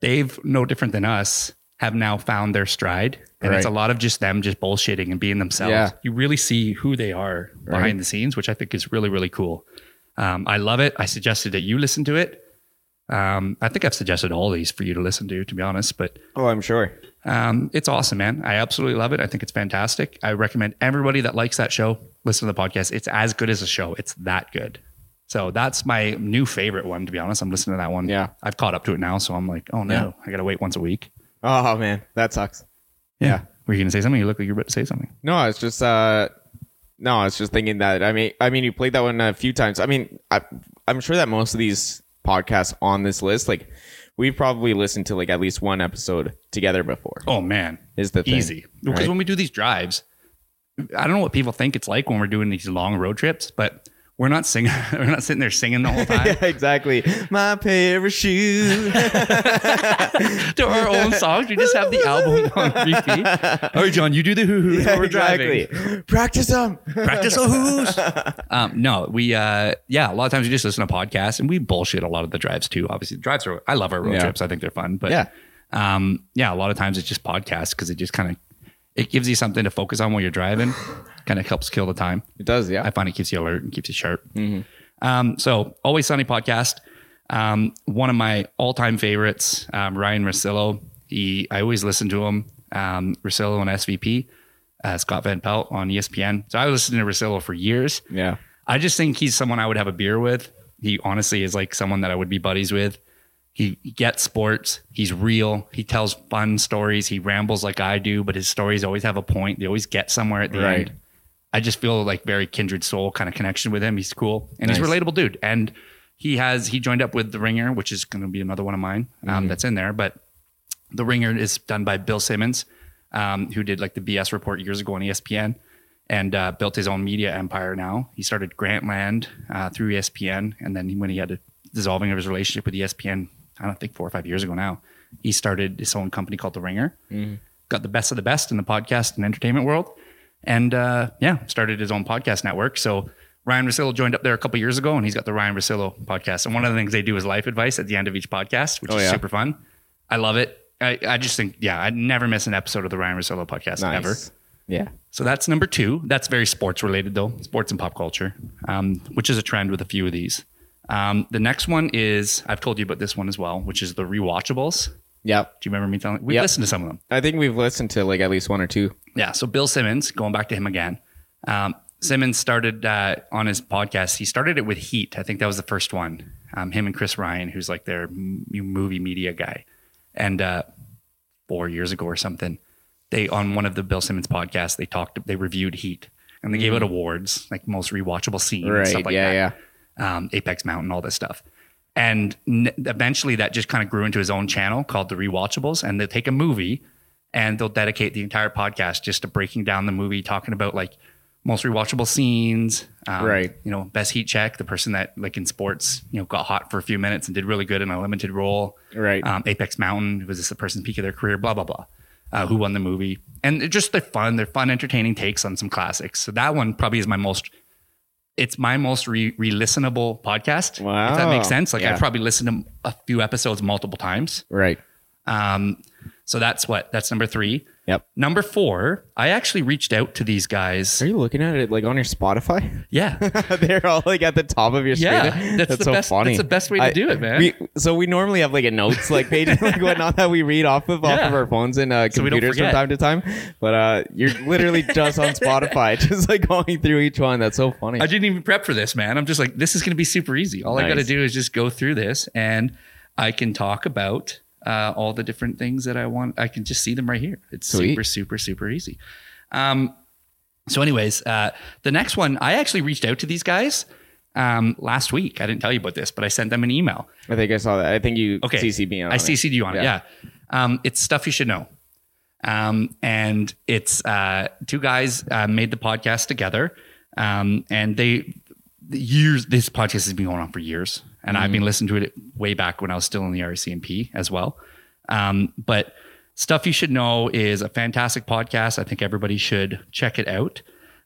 they've no different than us have now found their stride and it's a
Right.
lot of just them just bullshitting and being themselves
Yeah.
you really see who they are behind
Right.
the scenes which i think is really really cool um, i love it i suggested that you listen to it um, I think I've suggested all these for you to listen to, to be honest, but
Oh, I'm sure.
um, it's awesome, man. I absolutely love it. I think it's fantastic. I recommend everybody that likes that show listen to the podcast. It's as good as a show. It's that good. So that's my new favorite one, to be honest. I'm listening to that one.
Yeah.
I've caught up to it now. So I'm like, oh no, I got to wait once a week.
Oh man, that sucks. Yeah.
Were you going to say something? You look like you're about to say something.
No, I was just uh no, I was just thinking that I mean I mean you played that one a few times. I mean I I'm sure that most of these podcasts on this list, like we've probably listened to like at least one episode together before.
Oh, man.
Is the thing.
Easy. Because
right?
when we do these drives, I don't know what people think it's like when we're doing these long road trips, but we're not singing. we're not sitting there singing the whole time.
yeah, exactly. My parachute.
to our own songs. We just have the album on repeat. All right, John, you do the hoo hoos while we're driving.
Practice them.
Practice the hoo hoos. um, no, we uh, yeah, a lot of times we just listen to podcasts and we bullshit a lot of the drives too. Obviously, the drives are I love our road
Yeah.
trips. I think they're fun, but
Yeah.
um, yeah, a lot of times it's just podcasts because it just kind of it gives you something to focus on while you're driving. kind of helps kill the time.
It does, yeah.
I find it keeps you alert and keeps you sharp. Um, so always sunny podcast. Um, one of my all-time favorites, um, Ryan Rossillo. He, I always listen to him. Um, Rossillo on SVP, uh, Scott Van Pelt on ESPN. So I listened to Rossillo for years.
yeah.
I just think he's someone I would have a beer with. He honestly is like someone that I would be buddies with. He gets sports. He's real. He tells fun stories. He rambles like I do, but his stories always have a point. They always get somewhere at the
Right.
end. I just feel like very kindred soul kind of connection with him. He's cool and he's
Nice.
relatable dude. And he has he joined up with The Ringer, which is going to be another one of mine um,
Mm-hmm.
that's in there. But The Ringer is done by Bill Simmons, um, who did like the BS report years ago on E ESPN and uh, built his own media empire now. He started Grantland uh, through ESPN. And then when he had a dissolving of his relationship with E ESPN, I don't think four or five years ago now, he started his own company called The Ringer.
Mm-hmm.
Got the best of the best in the podcast and entertainment world. And uh, yeah, started his own podcast network. So Ryan Rosillo joined up there a couple years ago and he's got the Ryan Rosillo podcast. And one of the things they do is life advice at the end of each podcast, which
Oh,
is
yeah.
super fun. I love it. I, I just think, yeah, I'd never miss an episode of the Ryan Rosillo podcast ever.
Nice. Yeah.
So that's number two. That's very sports related, though sports and pop culture, um, which is a trend with a few of these. Um, the next one is I've told you about this one as well, which is the rewatchables.
Yeah.
Do you remember me telling? We
Yep.
listened to some of them.
I think we've listened to like at least one or two.
Yeah. So Bill Simmons, going back to him again. Um, Simmons started uh, on his podcast. He started it with Heat. I think that was the first one. Um, him and Chris Ryan, who's like their m- movie media guy, and uh, four years ago or something, they on one of the Bill Simmons podcasts they talked they reviewed Heat and they gave out awards like most rewatchable scene and
Mm-hmm. Right.
stuff like
yeah,
that
yeah.
um, Apex Mountain, all this stuff. And n- eventually that just kind of grew into his own channel called The Rewatchables. And they take a movie and they'll dedicate the entire podcast just to breaking down the movie, talking about like most rewatchable scenes, um,
Right.
You know, best heat check, the person that like in sports, you know, got hot for a few minutes and did really good in a limited role.
Right.
Um, Apex Mountain was this the person's peak of their career? Blah blah blah. Uh, who won the movie? And it just they're fun. They're fun, entertaining takes on some classics. So that one probably is my most. It's my most re listenable podcast. If that
Wow.
makes sense. Like
Yeah.
I probably listened to a few episodes multiple times.
right.
Um, so that's what that's number three.
Yep.
Number four, I actually reached out to these guys.
Are you looking at it like on your Spotify?
Yeah,
They're all like at the top of your screen.
Yeah, that's the
so
best-
funny.
that's the best way to
I-
do it, man.
We, so we normally have like a notes like page and like whatnot that we read off of off
Yeah.
of our phones and uh,
So we don't
computers from
forget.
time to time. But uh, you're literally just on Spotify, just like going through each one. That's so funny.
I didn't even prep for this, man. I'm just like, this is going to be super easy. All I
Nice.
got to do is just go through this and I can talk about uh, all the different things that I want. I can just see them right here. It's
Sweet.
super, super, super easy. Um, so, anyways, uh, the next one, I actually reached out to these guys um, last week. I didn't tell you about this, but I sent them an email.
I think I saw that. I think you
Okay.
CC me on
I
it.
CC'd you on
Yeah.
it. Yeah. Um, it's stuff you should know. Um, and it's uh, two guys uh, made the podcast together. Um, and they, the years, this podcast has been going on for years. and
Mm-hmm.
I've been listening to it way back when I was still in the RCMP as well. Um, but stuff you should know is a fantastic podcast. I think everybody should check it out.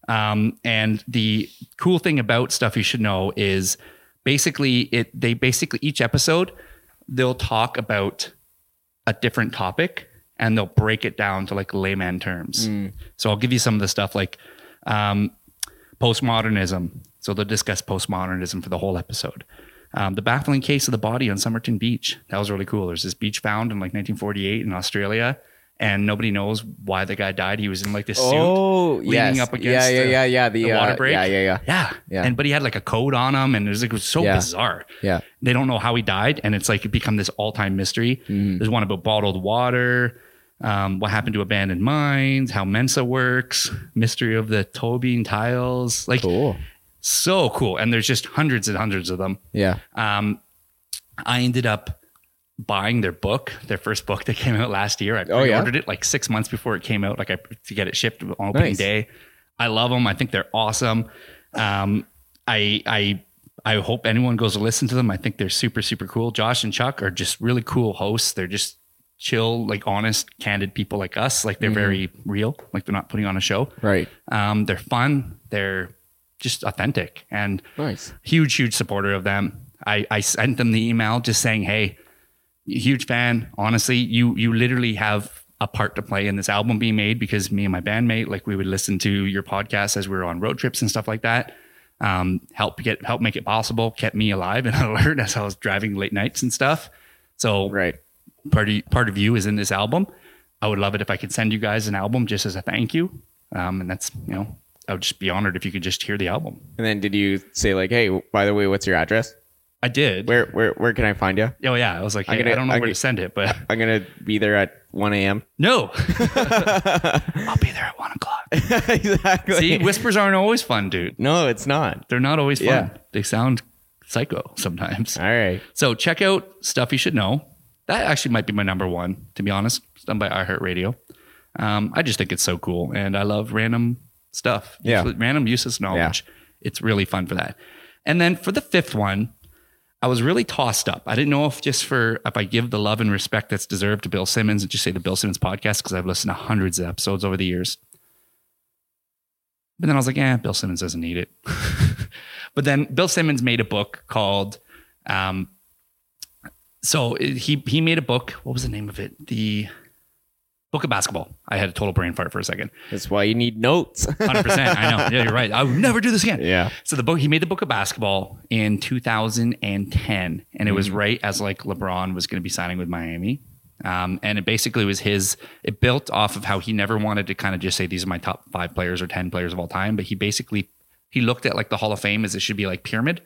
Um, and the cool thing about stuff you should know is basically it. They basically each episode they'll talk about a different topic and they'll break it down to like layman terms.
Hmm.
So I'll give you some of the stuff like um, postmodernism. So they'll discuss postmodernism for the whole episode. Um, the baffling case of the body on Somerton Beach. That was really cool. There's this beach found in like 1948 in Australia, and nobody knows why the guy died. He was in like this
Oh,
suit,
yes. yeah, yeah,
the-
yeah, yeah. The,
the
uh,
water break.
Yeah, yeah, yeah,
yeah.
Yeah.
And but he had like a coat on him, and it was like it was so
Yeah.
bizarre.
yeah.
They don't know how he died, and it's like it become this all time mystery.
Mm-hmm.
There's one about bottled water, um, what happened to abandoned mines, how Mensa works, mystery of the Tobin tiles, like
Cool.
so cool. And there's just hundreds and hundreds of them.
Yeah.
Um, I ended up buying their book, their first book that came out last year. I
Oh, yeah?
pre-ordered it like six months before it came out, like I to get it shipped on opening
Nice.
day. I love them. I think they're awesome. Um, I I I hope anyone goes to listen to them. I think they're super super cool. Josh and Chuck are just really cool hosts. They're just chill, like honest, candid people like us. Like they're very
Mm-hmm.
real. Like they're not putting on a show.
Right.
Um, they're fun. They're just authentic and
Nice.
huge, huge supporter of them. I, I sent them the email just saying, hey, huge fan. Honestly, you you literally have a part to play in this album being made because me and my bandmate, like we would listen to your podcast as we were on road trips and stuff like that. Um, help get help make it possible, kept me alive and alert as I was driving late nights and stuff. So
Right.
part of, part of you is in this album. I would love it if I could send you guys an album just as a thank you. Um, and that's you know, I would just be honored if you could just hear the album.
And then did you say like, hey, by the way, what's your address?
I did.
Where where where can I find you?
Oh yeah, I was like,
I'm
hey,
gonna-
I don't know
I'm
where
gonna-
to send it, but
I'm gonna be there at 1 a.m.
no, I'll be there at one o'clock.
exactly.
See, whispers aren't always fun, dude.
no, it's not.
They're not always fun.
Yeah.
They sound psycho sometimes.
All right.
So check out stuff you should know. That actually might be my number one, to be honest. It's done by iHeartRadio. Um, I just think it's so cool, and I love random stuff.
Yeah.
Useless- random useless knowledge. It's really fun for that. And then for the fifth one, I was really tossed up. I didn't know if just for if I give the love and respect that's deserved to Bill Simmons and just say the Bill Simmons podcast because I've listened to hundreds of episodes over the years. But then I was like, eh, Bill Simmons doesn't need it. but then Bill Simmons made a book called um, so it- he he made a book. What was the name of it? The Book of Basketball. I had a total brain fart for a second.
That's why you need notes.
100%. I know. Yeah, you're right. I would never do this again.
yeah.
So the book he made the book of basketball in 2010, and it
Mm-hmm.
was right as like LeBron was going to be signing with Miami, um, and it basically was his. It built off of how he never wanted to kind of just say these are my top five players or ten players of all time, but he basically he looked at like the Hall of Fame as it should be like pyramid.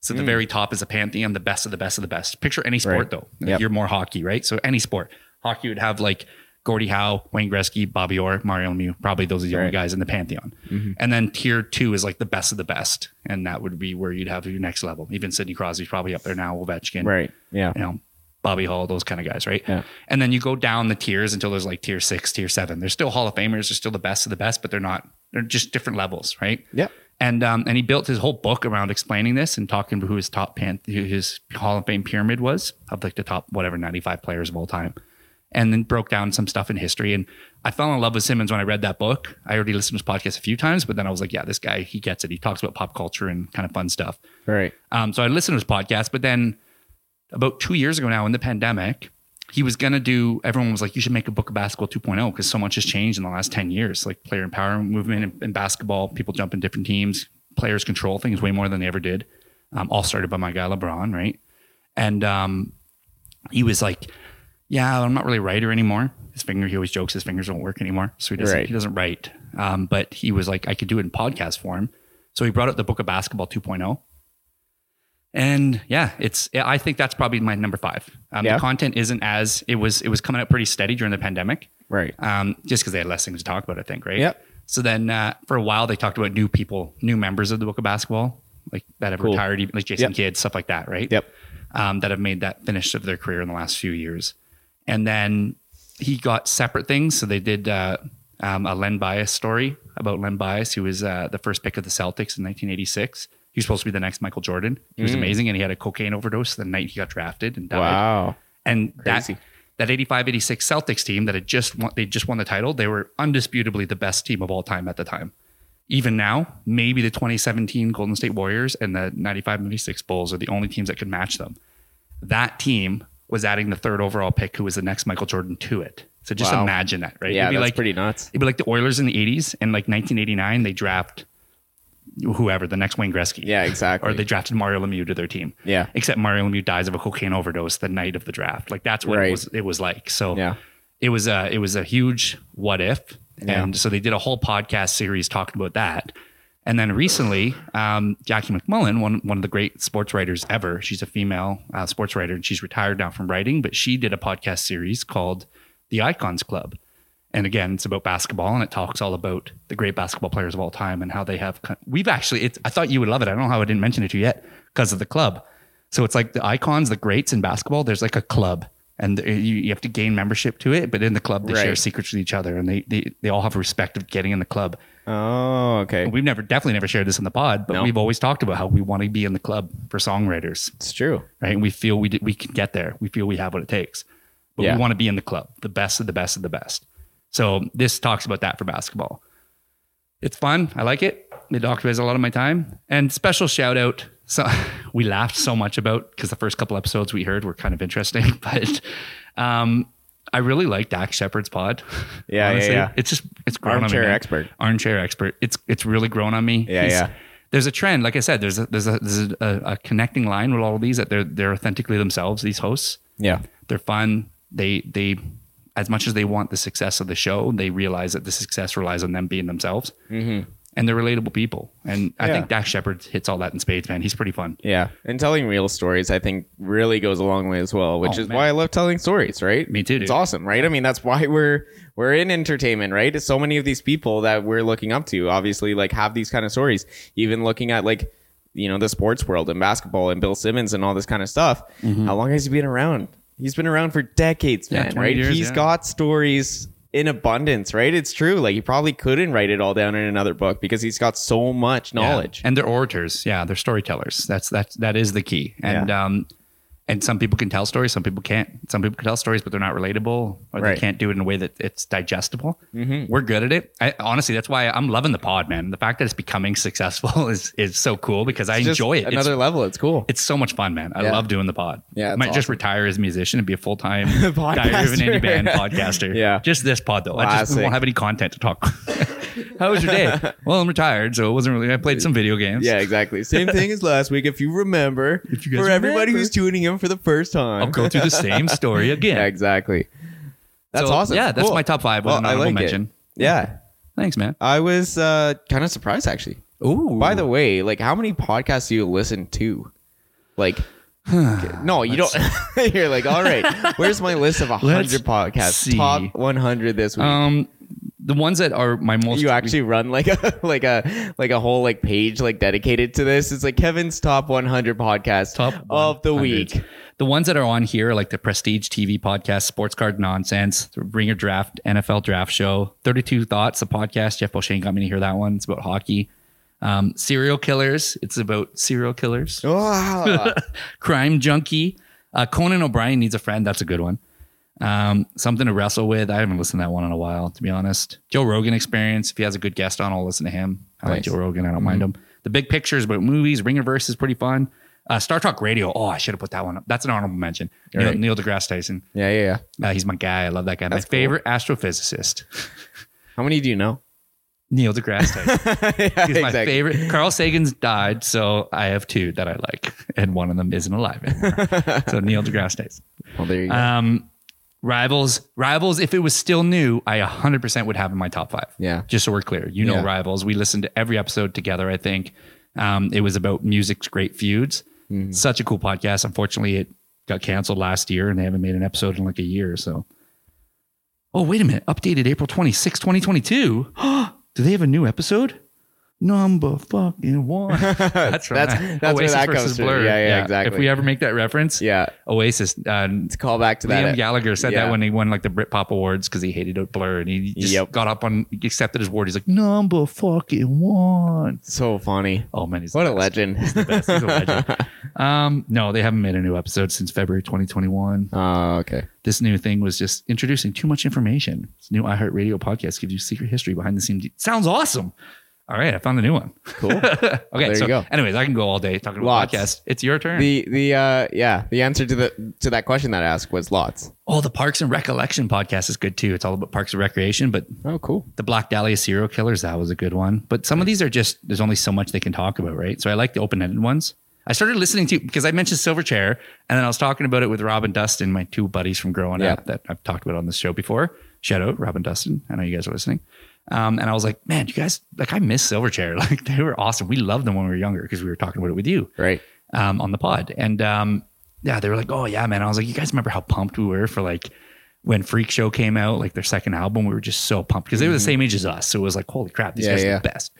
So the very top is a pantheon, the best of the best of the best. Picture any sport
Mm. Right.
though. Like,
Yep.
You're more hockey, right? So any sport, hockey would have like. Gordie Howe, Wayne Gretzky, Bobby Orr, Mario Lemieux, probably those are the only
Right. Mm-hmm.
guys in the pantheon. And then tier two is like the best of the best, and that would be where you'd have your next level. Even Sidney Crosby's probably up there now. Ovechkin,
Right. Yeah.
You know, Bobby Hall, those kind of guys, right?
Yeah.
And then you go down the tiers until there's like tier six, tier seven. They're still Hall of Famers. They're still the best of the best, but they're not. They're just different levels, right?
Yep.
And um, and he built his whole book around explaining this and talking about who his top pan, who his Hall of Fame pyramid was of like the top whatever ninety five players of all time, and then broke down some stuff in history. And I fell in love with Simmons when I read that book. I already listened to his podcast a few times, but then I was like, yeah, this guy he gets it. He talks about pop culture and kind of fun stuff.
Right.
Um, so I listened to his podcast, but then about two years ago now in the pandemic, he was going to do, everyone was like, you should make a book of basketball 2.0 because so much has changed in the last 10 years, like player empowerment movement in, in basketball, people jump in different teams, players control things way more than they ever did. Um, all started by my guy, LeBron, right? And um, he was like, yeah, I'm not really a writer anymore. His finger, he always jokes his fingers don't work anymore. So he doesn't,
Right.
he doesn't write. Um, but he was like, I could do it in podcast form. So he brought up the book of basketball 2.0. And yeah, it's yeah, I think that's probably my number five. Um,
Yeah.
The content isn't as it was. It was coming out pretty steady during the pandemic,
Right.
um, just because they had less things to talk about. I think, right?
Yep.
So then uh, for a while they talked about new people, new members of the Book of Basketball, like that have
Cool.
retired, even like Jason
Yep.
Kidd, stuff like that, right?
Yep.
Um, that have made that finish of their career in the last few years, and then he got separate things. So they did uh, um, a Len Bias story about Len Bias, who was uh, the first pick of the Celtics in 1986. He was supposed to be the next Michael Jordan. He was
Mm.
amazing, and he had a cocaine overdose the night he got drafted and died.
Wow.
And
Crazy.
that that 85 86 Celtics team that had just won, they just won the title, they were undisputably the best team of all time at the time. Even now, maybe the 2017 Golden State Warriors and the 95 96 Bulls are the only teams that could match them. That team was adding the third overall pick, who was the next Michael Jordan, to it. So just
Wow.
imagine that, right?
Yeah,
it'd be
that's
like
pretty nuts.
it'd be like the Oilers in the 80s and like 1989, they draft whoever the next Wayne Gretzky.
Yeah, exactly.
Or they drafted Mario Lemieux to their team
yeah.
except Mario Lemieux dies of a cocaine overdose the night of the draft. Like that's what
Right.
it was. It was like so.
Yeah.
It was a it was a huge what if,
Yeah.
and so they did a whole podcast series talking about that. And then recently, um, Jackie McMullen, one one of the great sports writers ever, she's a female uh, sports writer and she's retired now from writing, but she did a podcast series called The Icons Club. And again, it's about basketball and it talks all about the great basketball players of all time and how they have. We've actually, it's, I thought you would love it. I don't know how I didn't mention it to you yet because of the club. So it's like the icons, the greats in basketball, there's like a club and you, you have to gain membership to it. But in the club, they
Right.
share secrets with each other and they, they, they all have a respect of getting in the club.
Oh, okay.
We've never, definitely never shared this in the pod, but
No.
we've always talked about how we want to be in the club for songwriters
It's true.
right? And we feel we did, we can get there. We feel we have what it takes, but
Yeah.
we want to be in the club, the best of the best of the best. So this talks about that for basketball. It's fun. I like it. It occupies a lot of my time. And special shout out. So we laughed so much about because the first couple episodes we heard were kind of interesting, but um, I really like Dak Shepard's pod.
Yeah, yeah, yeah.
It's just it's grown on
Armchair
me. man
expert.
armchair expert. It's it's really grown on me.
Yeah, yeah.
There's a trend, like I said. There's a, there's a there's a, a, connecting line with all of these that they're they're authentically themselves. These hosts,
Yeah.
they're fun. They they as much as they want the success of the show, they realize that the success relies on them being themselves. Mm-hmm. And they're relatable people. And I
Yeah.
think Dax Shepard hits all that in spades, man. He's pretty fun.
Yeah. And telling real stories, I think, really goes a long way as well, which
Oh,
is
man.
why I love telling stories, right?
Me too,
It's
dude.
awesome, right? I mean, that's why we're we're in entertainment, right? It's so many of these people that we're looking up to, obviously, like have these kind of stories. Even looking at like, you know, the sports world and basketball and Bill Simmons and all this kind of stuff. How long has he been around? He's been around for decades,
Mm-hmm. Yeah,
man,
20
right? He's
years, yeah.
got stories in abundance, right? It's true. Like he probably couldn't write it all down in another book because he's got so much
Yeah.
knowledge.
And they're orators. Yeah, they're storytellers. That's that's that is the key. And um and some people can tell stories, some people can't. Some people can tell stories, but they're not relatable, or
Right. Mm-hmm.
they can't do it in a way that it's digestible. We're good at it. I, honestly, that's why I'm loving the pod, man. The fact that it's becoming successful is is so cool because I
Just
enjoy it. It's-
Another level. It's cool.
it's so much fun, man. I
Yeah.
love doing the pod.
Yeah, it's
might just
awesome.
retire as a musician and be a full time
Podcaster.
diary of an indie band podcaster.
Yeah.
just this pod though. I just we
Classic.
won't have any content to talk. How was your day? well, I'm retired, so it wasn't really. I played some video games.
Yeah, exactly. Same thing as last week. If you remember,
If you guys
for everybody
remember.
who's tuning in for the first time.
I'll go through the same story again.
Yeah, exactly. That's
So,
awesome.
Yeah, that's
Cool.
my top five. With
Well,
an
I
honorable
like
mention.
it. Yeah,
Thanks, man.
I was uh, kind of surprised actually.
Ooh,
By the way, like, how many podcasts do you listen to? Like, no, you don't. You're like, all right, where's my list of 100 podcasts?
see.
Top 100 this week.
um, the ones that are my most
you actually run like a like a like a whole like page like dedicated to this. It's like Kevin's top 100 podcast
top
of the
100s.
week.
The ones that are on here, like the Prestige TV podcast, Sports Card Nonsense, the Ringer Draft, NFL Draft Show, 32 Thoughts, a podcast. Jeff Boshane got me to hear that one. It's about hockey. Um, serial Killers. It's about serial
Oh,
killers. Ah.
Wow.
Crime Junkie. Uh, Conan O'Brien Needs a Friend. That's a good one. Um, something to wrestle with. I haven't listened to that one in a while, to be honest. Joe Rogan Experience. If he has a good guest on, I'll listen to him. I like
Nice. Mm-hmm.
Joe Rogan. I don't mind him. The Big Picture is about movies. Ringerverse is pretty fun. Uh, Star Talk Radio. Oh, I should have put that one up. That's an honorable mention. Neil,
Right.
Neil deGrasse Tyson.
yeah, yeah, yeah.
Uh, he's my guy. I love that guy.
That's
my
cool.
favorite astrophysicist,
How many do you know?
Neil deGrasse Tyson. He's my
Exactly.
favorite. Carl Sagan's died, so I have two that I like, and one of them isn't alive anymore. so Neil deGrasse Tyson.
Well, there you go.
Um, Rivals, Rivals. If it was still new, I 100% would have in my top five.
Yeah.
Just so we're clear, you know
Yeah.
Rivals. We listened to every episode together. I think um, it was about music's great feuds.
Mm-hmm.
Such a cool podcast. Unfortunately, it got canceled last year, and they haven't made an episode in like a year. So, oh wait a minute, updated April 26, 2022. Do they have a new episode? number fucking one. That's from
That's- that's where that
versus
comes from. Yeah, yeah, exactly.
If we ever make that reference,
Yeah.
Oasis. Uh,
To call back to
Liam
that.
Gallagher said
yeah.
that when he won like the Britpop Awards because he hated Blur and he just
Yep.
got up on he accepted his award. He's like number fucking one.
so funny.
Oh man, he's
What
the
a
best.
legend.
He's the best. He's a legend. Um, no, they haven't made a new episode since February 2021.
Oh, okay.
This new thing was just introducing too much information. This new iHeartRadio podcast gives you secret history behind the scenes. Sounds awesome. All right, I found a new one.
Cool.
okay,
you
so
go.
anyways, I can go all day talking about
Lots.
podcasts. It's your turn.
the the uh yeah, the answer to the to that question that I asked was lots.
oh, the Parks and Recollection podcast is good too. It's all about Parks and Recreation, but
Oh, cool.
the Black Dahlia serial killers that was a good one. But some of these are just there's only so much they can talk about, right? So I like the open ended ones. I started listening to because I mentioned Silverchair, and then I was talking about it with Rob and Dustin, my two buddies from growing
Yeah.
up that I've talked about on this show before. Shout out Rob and Dustin. I know you guys are listening. Um, and I was like, man, you guys like I miss Silverchair. Like they were awesome. We loved them when we were younger because we were talking about it with you
Right.
um, on the pod. And um, yeah, they were like, oh, yeah, man. I was like, you guys remember how pumped we were for like when Freak Show came out, like their second album? We were just so pumped because they were the same age as us. So it was like, holy crap, these
Mm-hmm. Yeah,
guys
yeah.
are the best.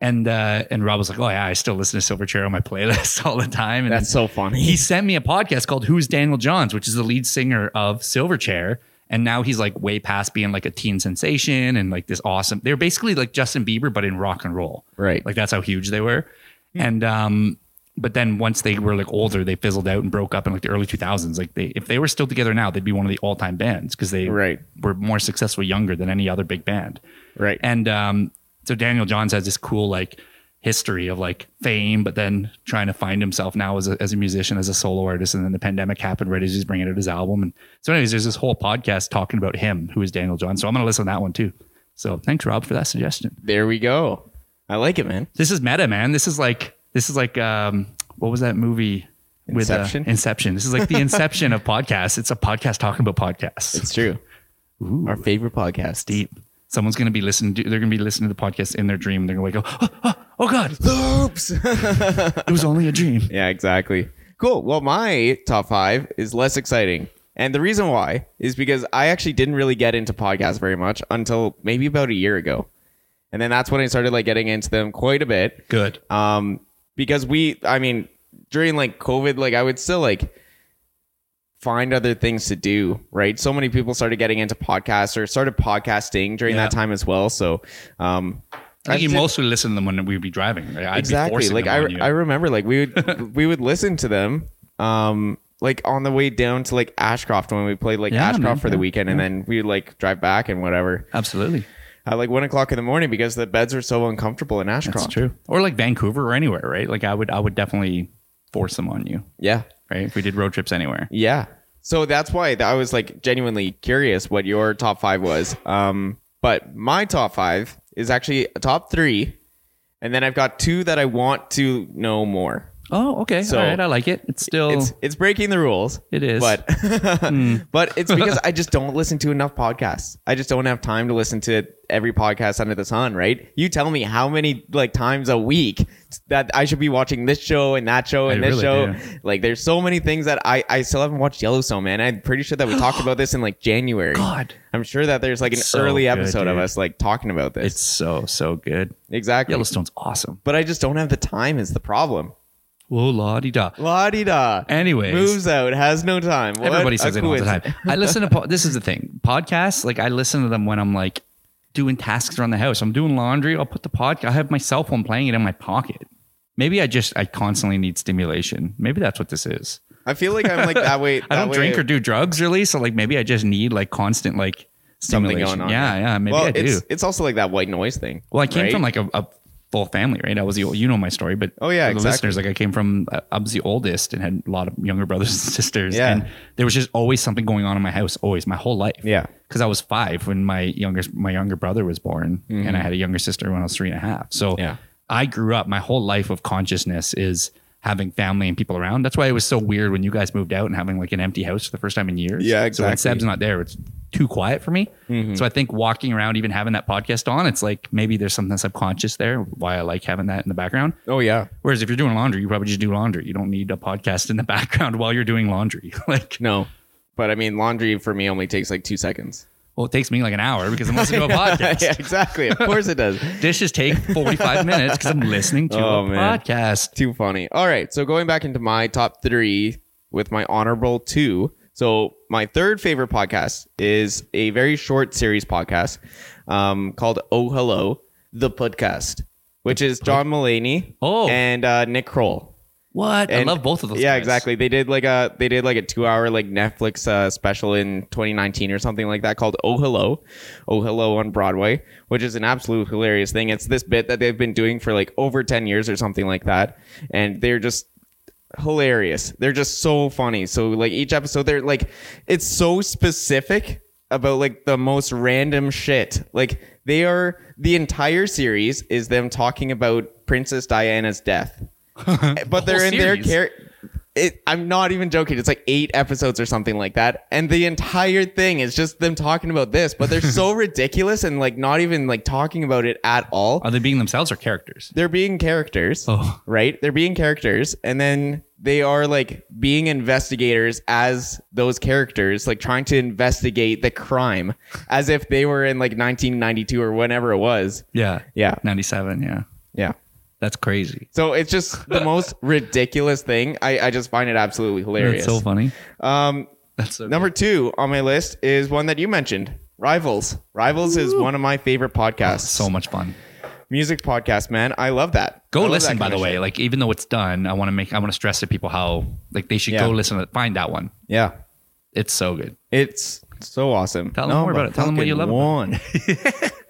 And uh, and Rob was like, oh, yeah, I still listen to Silverchair on my playlist all the time. And
That's so
he
funny.
sent me a podcast called Who's Daniel Johns, which is the lead singer of Silverchair. And now he's like way past being like a teen sensation and like this awesome. They're basically like Justin Bieber, but in rock and roll.
Right. Hmm.
Like that's how huge they were. And um, but then once they were like older, they fizzled out and broke up in like the early 2000s. Like they, if they were still together now, they'd be one of the all time bands because they
Right.
were more successful younger than any other big band.
Right.
And um, so Daniel Johns has this cool like history of like fame, but then trying to find himself now as a, as a musician, as a solo artist. And then the pandemic happened right as he's bringing out his album. And so, anyways, there's this whole podcast talking about him, who is Daniel Johns. So I'm going to listen to that one too. So thanks, Rob, for that suggestion.
There we go. I like it, man.
This is meta, man. This is like this is like um, what was that movie? uh,
Inception?
Inception. This is like the inception of podcasts. It's a podcast talking about podcasts.
It's true.
Ooh.
Our favorite podcast.
deep. Someone's gonna be listening. To, they're gonna be listening to the podcast in their dream. They're gonna like, oh, oh, oh god,
Oops.
it was only a dream.
yeah, exactly. Cool. Well, my top five is less exciting. And the reason why is because I actually didn't really get into podcasts very much until maybe about a year ago. And then that's when I started like getting into them quite a bit.
Good.
Um, because we, I mean, during like COVID, like I would still like find other things to do, right? So many people started getting into podcasts or started podcasting during
Yeah.
that time as well. So, um,
I think you
did-
mostly listen to them when we'd be driving. Right? I'd Be
exactly
forcing
like
them
I,
on you.
I remember like we would we would listen to them um like on the way down to like ashcroft when we played like
Yeah,
ashcroft
man,
for the
yeah,
weekend and then we would like drive back and whatever
absolutely.
at like one o'clock in the morning because the beds are so uncomfortable in ashcroft
That's true. Or like Vancouver or anywhere, right? Like I would, I would definitely force them on you,
yeah
right? If we did road trips anywhere.
yeah so that's why th- i was like genuinely curious what your top five was um but my top five is actually a top three and then i've got two that i want to know more
Oh, okay.
So-
All right, I like it. It's still
it's it's breaking the rules.
It is. Hmm.
but but it's because I just don't listen to enough podcasts. I just don't have time to listen to every podcast under the sun. Right? You tell me how many like times a week that I should be watching this show and that show and
I
this
really
show. Like, there's so many things that I I still haven't watched Yellowstone. Man, I'm pretty sure that we talked about this in like January.
God,
I'm sure that there's like an
So
early
good,
episode of
dude.
us like talking about this.
it's so so good.
exactly.
Yellowstone's awesome.
But I just don't have the time. Is the problem?
Whoa, la di da.
La di da.
Anyways,
Moves out, has no time. What
Everybody
a
says it all the
coincidence.
time. I listen to po- this is the thing. Podcasts, like I listen to them when I'm like doing tasks around the house. I'm doing laundry. I'll put the podcast. I have my cell phone playing it in my pocket. Maybe I just I constantly need stimulation. Maybe that's what this is.
I feel like I'm like that way.
I
that
don't
way-
drink or do drugs really, so like maybe I just need like constant like
Something
stimulation.
going on,
Yeah,
right?
yeah. Maybe
well,
I do.
It's, it's also like that white noise thing.
Well, I came
right?
from like a, a full family, right? I was the old, you know my story, but
Oh, yeah,
for the
exactly.
listeners, like I came from uh, I was the oldest and had a lot of younger brothers and sisters,
Yeah.
and there was just always something going on in my house, always my whole life,
Yeah.
Because I was five when my younger my younger brother was born, and I had a younger sister when I was three and a half. So
Mm-hmm. Yeah.
I grew up. My whole life of consciousness is having family and people around. That's why it was so weird when you guys moved out and having like an empty house for the first time in years. So
Yeah,
when
exactly. Mm-hmm.
Seb's not there, it's too quiet for me. So I think walking around, even having that podcast on, it's like maybe there's something subconscious there why I like having that in the background.
Oh yeah.
Whereas if you're doing laundry, you probably just do laundry. You don't need a podcast in the background while you're doing laundry. like,
No, but I mean, laundry for me only takes like two seconds.
Well, it takes me like an hour because I'm listening to a podcast.
yeah, exactly. Of course it does.
Dishes take 45 minutes because I'm listening to
Oh,
a
man.
podcast.
Too funny. All right. So going back into my top three with my honorable two. So my third favorite podcast is a very short series podcast um, called Oh Hello, the podcast, which is John Mulaney
Oh.
and uh, Nick Kroll.
What?
And-
I love both of those.
yeah,
guys.
exactly. They did like a they did like a two hour like Netflix uh, special in 2019 or something like that called Oh Hello, Oh Hello on Broadway, which is an absolute hilarious thing. It's this bit that they've been doing for like over 10 years or something like that, and they're just hilarious. They're just so funny. So like each episode, they're like it's so specific about like the most random shit. Like they are the entire series is them talking about Princess Diana's death but they're
whole series.
in their character. It, I'm not even joking. It's like eight episodes or something like that, and the entire thing is just them talking about this. But they're so ridiculous and like not even like talking about it at all.
Are they being themselves or characters?
They're being characters,
Uh, Oh.
right? They're being characters, and then they are like being investigators as those characters, like trying to investigate the crime as if they were in like 1992 or whenever it was.
Yeah.
Yeah,
97. Yeah.
yeah.
That's crazy.
So it's just the most ridiculous thing. I, I just find it absolutely hilarious.
That's so funny.
Um,
That's so
number two on my list is one that you mentioned, Rivals. Rivals is one of my favorite podcasts.
so much fun.
music podcast, man. I love that. I
Go
love
listen,
that
by the
kinda
way.
shit.
Like, even though it's done, I want to make, I want to stress to people how, like, they should
Yeah.
go listen to Find that one.
Yeah,
It's so good.
it's so awesome.
Tell them more
but
about it. Tell them what you
fucking
love
One.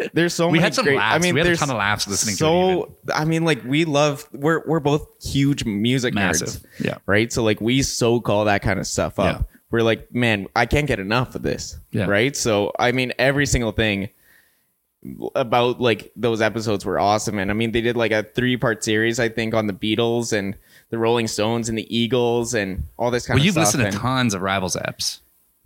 there's so
We
many
had some
Oh, great-
laughs.
I mean,
we had a
there's
ton of laughs listening to it.
so I mean, like we love. We're we're both huge music nerds.
Massive. Yeah.
right? So like we so call that kind of stuff up. We're like, man, I can't get enough of this,
Yeah.
right? So I mean, every single thing about like those episodes were awesome, and I mean, they did like a three part series, I think, on the Beatles and the Rolling Stones and the Eagles and all this kind
Well,
of
you've
stuff.
listened
and-
to tons of Rivals apps.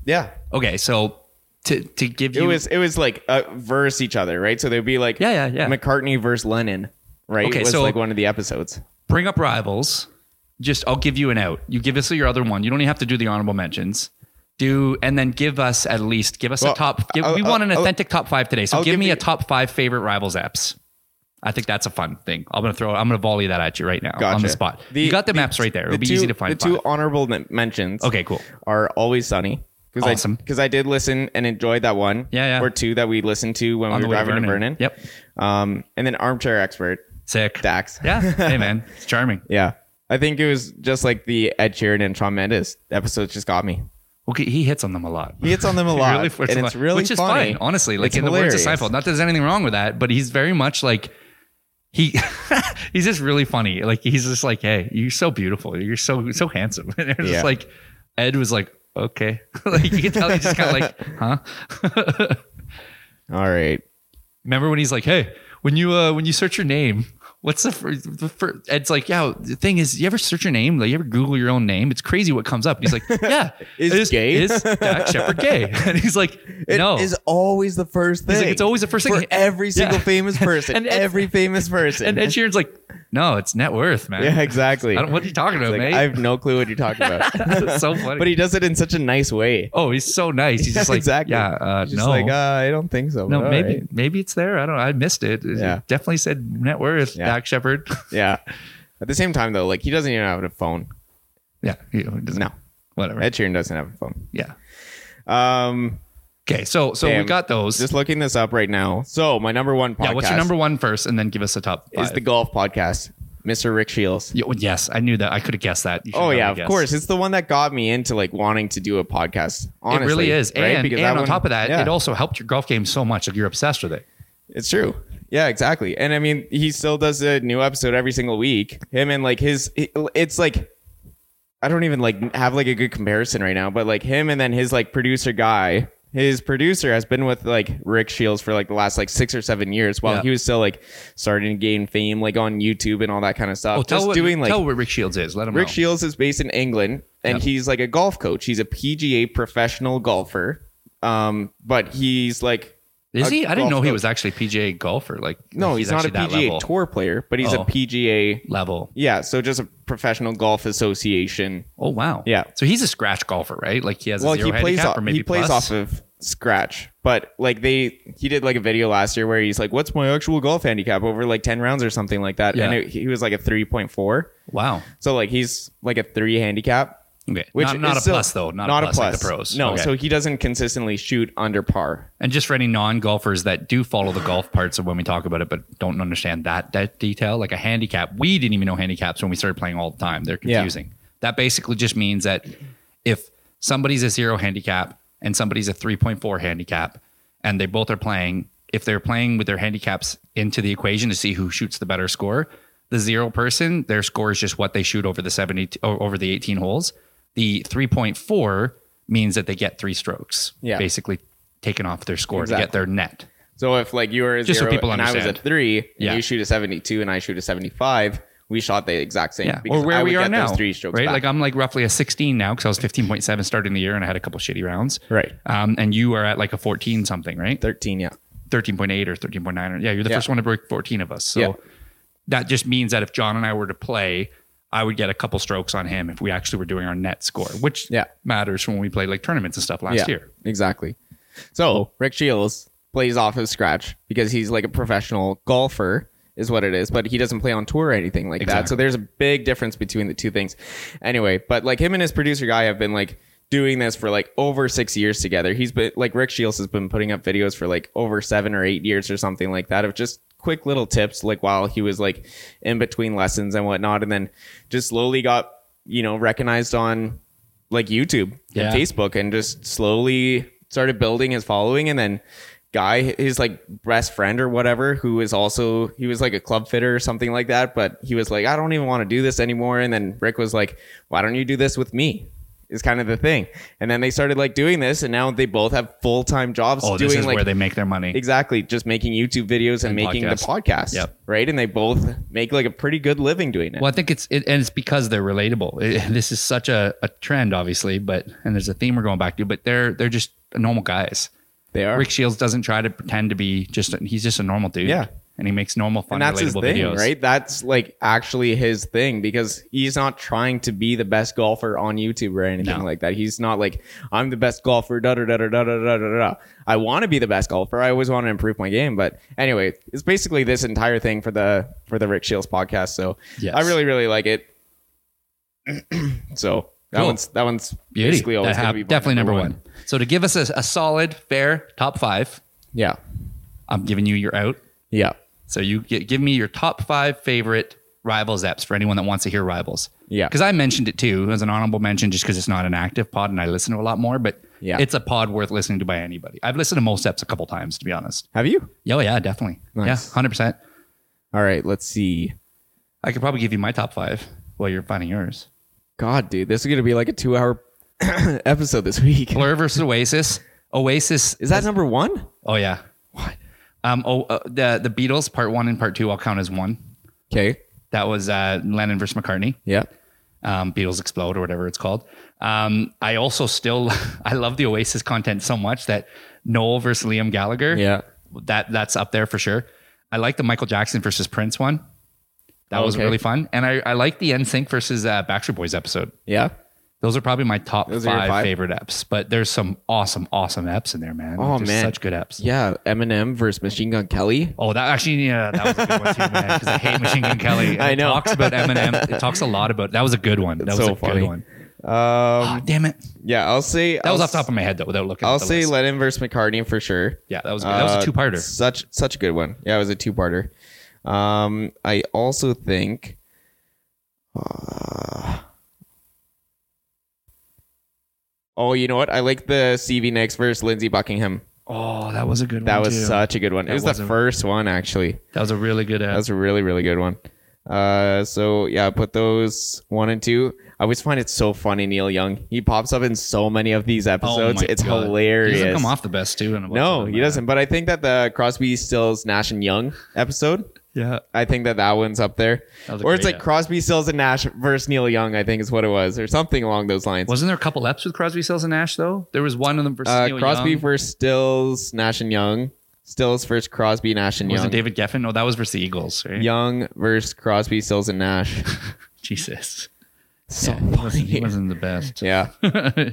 yeah.
Okay. So, to, to give
It
you,
was it was like uh, verse each other, right? So they'd be like,
Yeah, yeah, yeah.
McCartney versus Lennon, right?
Okay,
was
so-
like one of the episodes.
bring up rivals. Just I'll give you an out. You give us your other one. You don't even have to do the honorable mentions. Do and then give us at least give us
Well,
a top. Give,
I'll-
we
I'll-
want an
I'll-
authentic top five today. So
I'll
give,
give
me
you-
a top five favorite rivals apps. I think that's a fun thing. I'm gonna throw. I'm gonna volley that at you right now on
Gotcha.
the spot. you got the, maps right there. It'll be
two-
easy to find.
The two
five.
honorable men- mentions.
Okay, cool.
are always sunny because
Awesome.
I because I did listen and enjoyed that one
Yeah, yeah.
or two that we listened to when
On
we
the
were
way to
driving to
Vernon.
Vernon.
Yep.
Um, and then armchair expert
Sick.
Dax.
Yeah. Hey man, it's charming.
yeah. I think it was just like the Ed Sheeran and Shawn Mendes episodes just got me.
Okay, he hits on them a lot.
He hits on them a lot,
really flirts
and
with
it's
it,
really
which is
funny.
fine, honestly. Like
It's
in the words
hilarious.
of Seinfeld, not that there's anything wrong with that, but he's very much like he he's just really funny. Like he's just like, hey, you're so beautiful, you're so so handsome, and they're just
Yeah.
like, Ed was like, okay, like you can tell he's just kind of like, huh.
All right.
Remember when he's like, hey, when you uh when you search your name. What's the first? The fir- Ed's like, yeah. The thing is, you ever search your name? Like, you ever Google your own name? It's crazy what comes up. And he's like, yeah,
Is gay?
Is Dak Shepard gay? And he's like,
It
no,
is always the first thing.
He's like, it's always the first
for
thing.
every single
Yeah.
famous person.
And Ed-
every famous person.
And Ed Sheeran's like, no, it's net worth, man.
yeah, exactly.
I don't, what are you talking about,
Like,
mate?
I have no clue what you're talking about.
That's so funny.
but he does it in such a nice way.
oh, he's so nice. He's just like,
exactly.
yeah, uh,
He's just
no,
like, uh, I don't think so.
no,
but all
maybe,
right."
maybe it's there. I don't. know. I missed it. It
Yeah.
definitely said net worth,
Yeah.
Dak Shepard.
Yeah. At the same time, though, like he doesn't even have a phone.
yeah, you know, it doesn't-
No,
whatever.
Ed Sheeran doesn't have a phone.
yeah.
Um,
Okay, so so we
Damn.
got those.
just looking this up right now. So my number one podcast
yeah, what's your number one first, and then give us a top five.
is the golf podcast, Mr. Rick Shields.
Yo, yes, I knew that. I could have guessed that. You should
Oh
probably
yeah, of
guess.
course. It's the one that got me into like wanting to do a podcast. Honestly,
it really is.
right?
And, and
that
on
one-
top of that,
yeah.
it also helped your golf game so much. Like you're obsessed with it.
It's true. Yeah, exactly. And I mean, he still does a new episode every single week. Him and like his, it's like, I don't even like have like a good comparison right now, but like him and then his like producer guy, his producer has been with like Rick Shields for like the last like six or seven years while
Yeah.
he was still like starting to gain fame like on YouTube and all that kind of stuff.
Oh, tell
Just
what,
doing like
tell what Rick Shields is. Let him
Rick
know.
Shields is based in England and
Yeah.
he's like a golf coach. He's a PGA professional golfer. Um, but he's like
Is
a
he? I didn't
golf
know he
coach.
was actually a PGA golfer. Like
No, he's, not a
actually that
PGA
level.
Tour player, but he's
Oh.
a PGA.
level.
Yeah, so just a professional golf association.
Oh wow.
Yeah.
So he's a scratch golfer, right? Like he has.
Well,
a zero
he plays
handicap
off.
Or maybe
He plays
plus.
off of scratch. But like they, he did like a video last year where he's like, "What's my actual golf handicap over like ten rounds or something like that?"
Yeah.
And it, he was like a three point four.
Wow.
So like he's like a three handicap.
Okay.
Which
not, not
is
a
still-
plus though. Not, a plus, like the pros.
No,
Okay.
so he doesn't consistently shoot under par.
and just for any non-golfers that do follow the golf parts of when we talk about it, but don't understand that that detail, like a handicap, we didn't even know handicaps when we started playing all the time. They're
Yeah.
confusing. That basically just means that if somebody's a zero handicap and somebody's a three point four handicap, and they both are playing, if they're playing with their handicaps into the equation to see who shoots the better score, the zero person their score is just what they shoot over the seventy o- over the eighteen holes. The three point four means that they get three strokes.
Yeah.
basically taken off their score to
Exactly.
get their net.
So if like you were a
Just so
zero
people
and I was
understand.
a three, and
Yeah.
you shoot a seventy-two and I shoot a seventy-five, we shot the exact same.
Yeah,
because
or where
I
we
would
are
get
now,
those three strokes
right?
back.
Like I'm like roughly a 16 now because I was 15.7 starting the year and I had a couple shitty rounds.
Right.
Um, and you are at like a 14 something, right?
thirteen, yeah.
13.8 or 13.9. Or, yeah, you're the
Yeah.
first one to break 14 of us. So
Yeah.
that just means that if John and I were to play, I would get a couple strokes on him if we actually were doing our net score, which
Yeah.
matters when we played like tournaments and stuff last year.
Exactly. So Rick Shields plays off of scratch because he's like a professional golfer, is what it is, but he doesn't play on tour or anything like that. So there's a big difference between the two things. Anyway, but like him and his producer guy have been like doing this for like over six years together. He's been like Rick Shields has been putting up videos for like over seven or eight years or something like that of just quick little tips like while he was like in between lessons and whatnot and then just slowly got you know recognized on like YouTube
Yeah.
and Facebook and just slowly started building his following and then guy his like best friend or whatever who is also he was like a club fitter or something like that but he was like I don't even want to do this anymore and then Rick was like why don't you do this with me is kind of the thing and then they started like doing this and now they both have full-time jobs
Oh,
doing
this is
like
where they make their money.
Exactly. Just making YouTube videos and, making the
podcasts.
podcast.
Yep.
Right. And they both make like a pretty good living doing it.
Well, I think it's it, and it's because they're relatable. It- this is such a, a trend, obviously, but and there's a theme we're going back to. But they're they're just normal guys.
They are.
Rick Shields doesn't try to pretend to be just. He's just a normal dude.
Yeah.
and he makes normal, fun,
and that's his
relatable
thing,
videos.
right? That's like actually his thing because he's not trying to be the best golfer on YouTube or anything
No.
like that. He's not like I'm the best golfer. Da da da da da da da da. da. I want to be the best golfer. I always want to improve my game. But anyway, it's basically this entire thing for the for the Rick Shields podcast. So
Yes.
I really really like it. so that
Cool.
one's that one's
Beauty.
basically
That
always gonna
hap-
be my
definitely number one. So to give us a, a solid, fair top five,
Yeah.
I'm giving you your out.
Yeah.
So you get, give me your top five favorite rivals apps for anyone that wants to hear rivals.
Yeah.
Because I mentioned it too as an honorable mention just because it's not an active pod and I listen to a lot more, but
Yeah.
it's a pod worth listening to by anybody. I've listened to most apps a couple times, to be honest.
Have you?
Yeah, Oh, yeah, definitely.
Nice.
Yeah, 100%.
All right, let's see.
I could probably give you my top five while you're finding yours.
God, dude, this is going to be like a 2-hour episode this week.
Blur versus Oasis. Oasis.
Is that number 1?
Oh, yeah. What? Um, oh, uh, the, the Beatles, part one and part two, I'll count as one.
Okay.
That was uh, Lennon versus McCartney.
Yeah.
um, Beatles Explode or whatever it's called. Um, I also still I love the Oasis content so much that Noel versus Liam Gallagher.
Yeah.
that that's up there for sure. I like the Michael Jackson versus Prince one. That was
Okay.
really fun, and I I like the NSYNC versus uh, Backstreet Boys episode.
Yeah.
Those are probably my top
Those are your
five,
five?
favorite apps. But there's some awesome, awesome apps in there, man.
Oh,
There's
man.
such good apps.
Yeah, Eminem versus Machine Gun Kelly.
Oh, that actually, yeah, that was a good one too, man. Because I hate Machine Gun Kelly. And
I
It
know.
talks about Eminem. It talks a lot about. That was a good one. That was
so
a
funny.
good one.
Um,
Ah, damn it.
yeah, I'll say
That was off the top of my head though, without looking.
I'll
at the
say
list.
Lennon versus McCartney for sure.
yeah, that was good. that was
Uh,
a two-parter.
Such such a good one. Yeah, it was a two parter. Um, I also think. uh, oh, you know what? I like the CV next versus Lindsey Buckingham.
Oh, that was a good
That
one.
was
too.
such a good one.
That
it was,
was
the
a-
first one actually.
that was a really good.
That
Uh,
was a really really good one. Uh, so yeah, I put those one and two. I always find it so funny, Neil Young. He pops up in so many of these episodes. it's
Oh God.
hilarious.
He doesn't come off the best too. In a bunch of
No,
them,
he
uh,
doesn't. But I think that the Crosby, Stills, Nash and Young episode,
Yeah,
I think that that one's up there.
That was a
Or it's
great
like
app.
Crosby, Stills and Nash versus Neil Young. I think is what it was, or something along those lines.
wasn't there a couple eps with Crosby, Stills, and Nash though? There was one of them versus
uh,
Neil
Crosby
Young.
versus Stills, Nash and Young. Stills versus Crosby, Nash and
was
Young.
it David Geffen? No, that was versus the Eagles. Right?
Young versus Crosby, Stills and Nash.
Jesus.
So
he, wasn't, he
funny.
wasn't the best.
Yeah.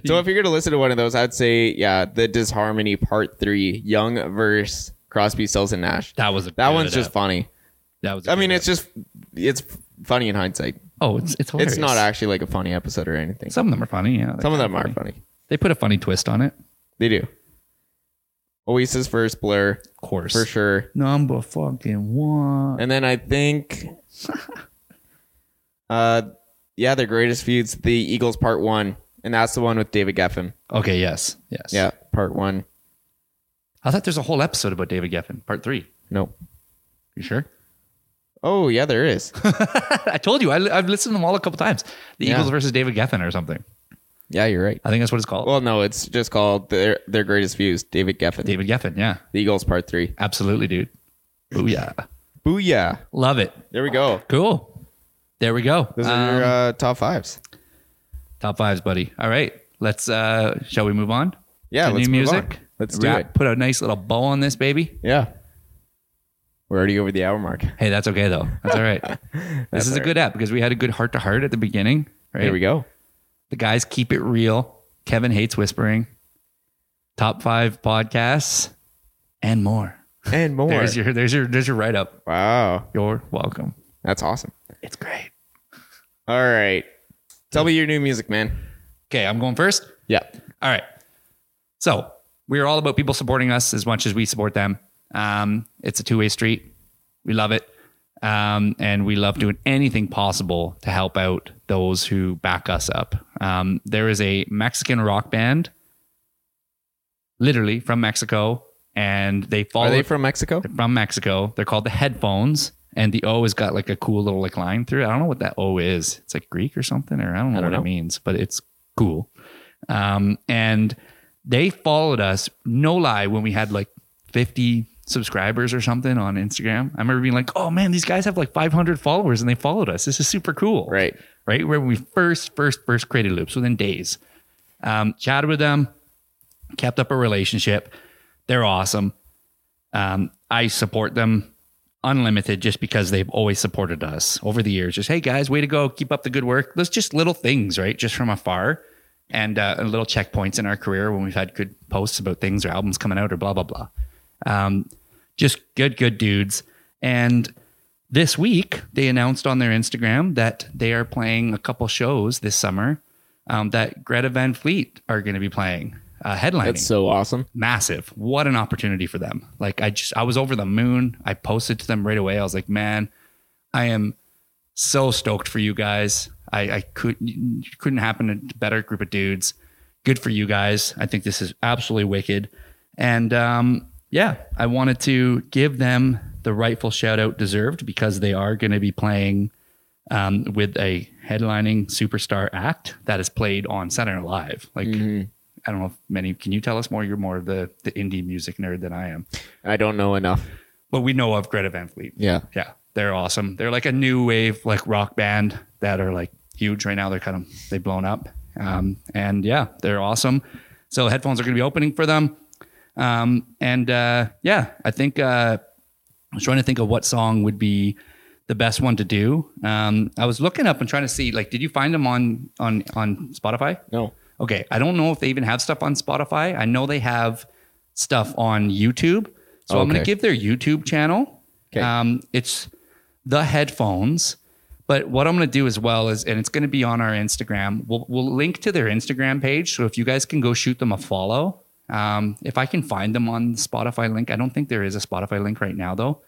So if you're gonna listen to one of those, I'd say yeah, the Disharmony Part Three, Young verse Crosby, Stills and Nash.
that was a
That
good
one's just
app.
funny.
that was. a
I mean,
good
it's just it's funny in hindsight.
app. oh, it's it's hilarious.
It's not actually like a funny episode or anything.
Some
Some,
of them are funny. Yeah,
of them are funny.
They put a funny twist on it.
They do. Oasis first, Blur
Of course.
for sure,
Number fucking one.
and then I think, uh, yeah, their greatest feuds, the Eagles Part One, and that's the one with David Geffen.
Okay. Yes. Yes.
Yeah, Part One.
I thought there's a whole episode about David Geffen, part three.
Nope.
You sure?
Oh yeah, there is.
I told you. I, have listened to them all a couple times. The
Yeah.
Eagles versus David Geffen or something.
yeah, you're right.
I think that's what it's called.
Well, no, it's just called their their greatest views. David Geffen,
David Geffen. Yeah.
The Eagles Part Three.
Absolutely, dude. Booyah.
Booyah!
Love it.
There we go.
Cool. There we go.
Those
Um,
are your uh, top fives.
top fives, buddy. All right. Let's uh shall we move on?
Yeah,
to
let's
new
move
music.
on. Let's do it.
Put a nice little bow on this baby.
Yeah, we're already over the hour mark.
Hey, that's okay though. That's all right. this
That's
is
all
a good app because we had a good heart to heart at the beginning. Right.
There we go.
The guys keep it real. Kevin hates whispering. Top five podcasts and more.
And more.
There's your there's your there's your write up.
wow,
You're welcome.
that's awesome.
It's great.
All right, tell me your new music, man.
Okay, I'm going first.
Yeah,
All right. So we are all about people supporting us as much as we support them. Um, it's a two way street. We love it. Um, and we love doing anything possible to help out those who back us up. Um, there is a Mexican rock band, literally from Mexico, and they follow
are they from Mexico?
from Mexico. They're called the Headphones, and the O has got like a cool little like line through it. I don't know what that O is. It's like Greek or something, or I don't know
don't
what
know.
it means, but it's cool. Um, and they followed us, no lie, when we had like 50 subscribers or something on Instagram. I remember being like, oh man, these guys have like 500 followers and they followed us. This is super cool
Right.
right? Where we first, first, first created loops within days. Um, chatted with them, kept up a relationship. They're awesome. Um, I support them unlimited just because they've always supported us over the years. Just, hey guys, way to go. Keep up the good work. Those just little things, right? Just from afar and, uh, and little checkpoints in our career when we've had good posts about things or albums coming out or blah, blah, blah. Um, just good, good dudes. And this week, they announced on their Instagram that they are playing a couple shows this summer um, that Greta Van Fleet are going to be playing, uh, headlining.
That's so awesome.
Massive. What an opportunity for them. Like, I just, I was over the moon. I posted to them right away. I was like, man, I am so stoked for you guys. I, I couldn't couldn't happen to a better group of dudes. Good for you guys. I think this is absolutely wicked. And um, yeah, I wanted to give them the rightful shout out deserved because they are going to be playing um, with a headlining superstar act that is played on Saturday Night Live. Like, I don't know if many. Can you tell us more? You're more of the the indie music nerd than I am.
I don't know enough.
But we know of Greta Van Fleet.
Yeah.
Yeah, they're awesome. They're like a new wave like rock band that are like huge right now. They're kind of they've blown up, um, and yeah, they're awesome. So headphones are going to be opening for them, um, and uh, yeah, I think uh, I was trying to think of what song would be the best one to do. Um, I was looking up and trying to see like, did you find them on on on Spotify?
No.
Okay, I don't know if they even have stuff on Spotify. I know they have stuff on YouTube. So I'm going to
Okay.
give their YouTube channel.
'Kay.
Um, it's the headphones. But what I'm going to do as well is, and it's going to be on our Instagram. We'll we'll link to their Instagram page. So if you guys can go shoot them a follow, um, if I can find them on the Spotify link, I don't think there is a Spotify link right now though.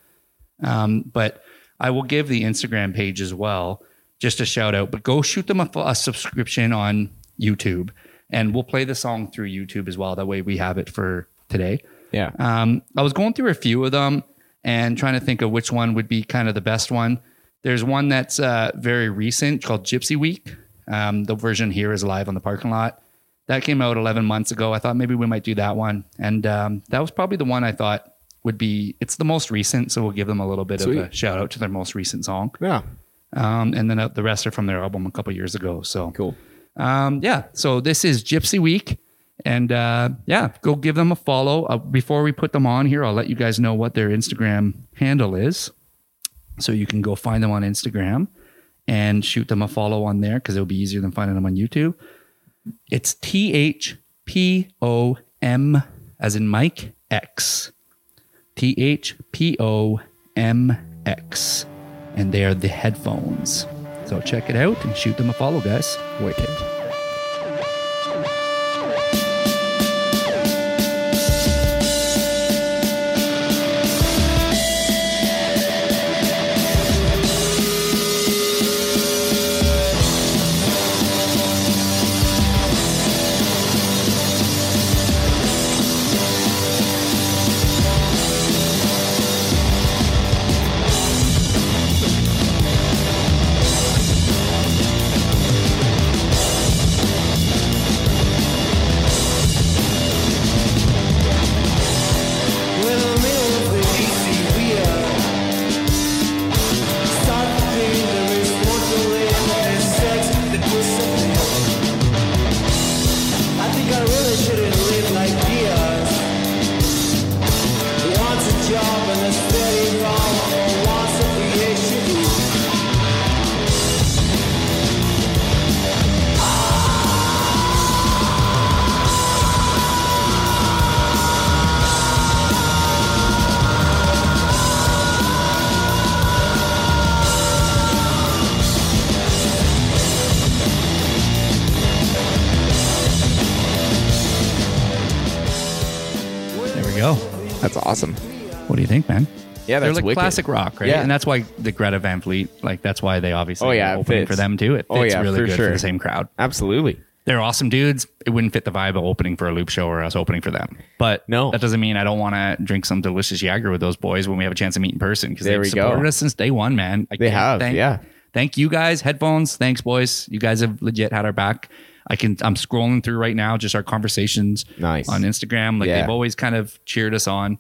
Um, but I will give the Instagram page as well, just a shout out. But go shoot them a, fo- a subscription on YouTube, and we'll play the song through YouTube as well. That way we have it for today.
Yeah.
Um, I was going through a few of them and trying to think of which one would be kind of the best one. There's one that's uh, very recent called Gypsy Week. Um, the version here is live on the parking lot. That came out 11 months ago. I thought maybe we might do that one. And um, that was probably the one I thought would be, it's the most recent. So we'll give them a little bit of a
Sweet.
shout out to their most recent song.
Yeah.
Um, and then uh, the rest are from their album a couple years ago. So
Cool.
um, yeah, so this is Gypsy Week. And uh, yeah, go give them a follow. Uh, before we put them on here, I'll let you guys know what their Instagram handle is. So you can go find them on Instagram. and shoot them a follow on there because it'll be easier than finding them on YouTube. It's T H P O M as in Mike X. T H P O M X. And they are the headphones. So check it out and shoot them a follow, guys. Wicked.
Little music, easy we are. Something there is more to live than sex that was something. I think I really shouldn't live like Diaz. Wants a job and a steady farm, or wants a PhD.
There we go.
That's awesome.
What do you think, man?
Yeah,
They're
that's
like
wicked.
classic rock, right?
Yeah.
And that's why the Greta Van Fleet, like that's why they obviously
Oh, yeah,
were
it
opening
fits.
for them too. It fits
Oh, yeah,
really
for
good for
sure.
the same crowd.
Absolutely.
They're awesome dudes. It wouldn't fit the vibe of opening for a loop show or us opening for them. But
No.
that doesn't mean I don't want to drink some delicious Jagger with those boys when we have a chance to meet in person because
There
they've
we go.
supported us since day one, man. I
They
can't
have, yeah.
Thank you guys, headphones. Thanks, boys. You guys have legit had our back. I can. I'm scrolling through right now, just our conversations
Nice.
on Instagram. Like
Yeah.
they've always kind of cheered us on.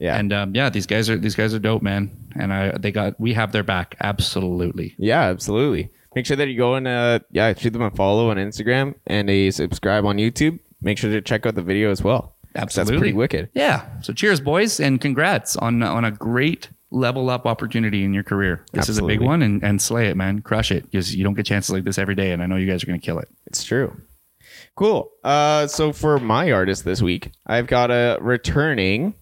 Yeah.
And um, yeah, these guys are these guys are dope, man. And I they got we have their back absolutely.
Yeah, absolutely. Make sure that you go and uh, yeah, shoot them a follow on Instagram and a subscribe on YouTube. Make sure to check out the video as well.
Absolutely.
that's pretty wicked.
Yeah. So cheers, boys, and congrats on on a great level up opportunity in your career. This is a
Absolutely.
big one, and and slay it, man. Crush it because you don't get chances like this every day, and I know you guys are gonna kill it.
It's true. Cool. Uh, so for my artist this week, I've got a returning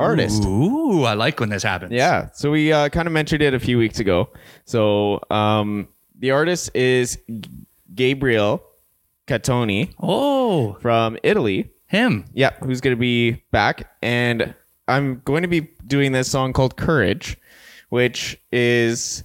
artist.
Ooh, I like when this happens.
Yeah. So we uh, kind of mentioned it a few weeks ago. So um, the artist is G- Gabriel Catoni
Oh,
from Italy.
him.
Yeah, who's going to be back. And I'm going to be doing this song called Courage, which is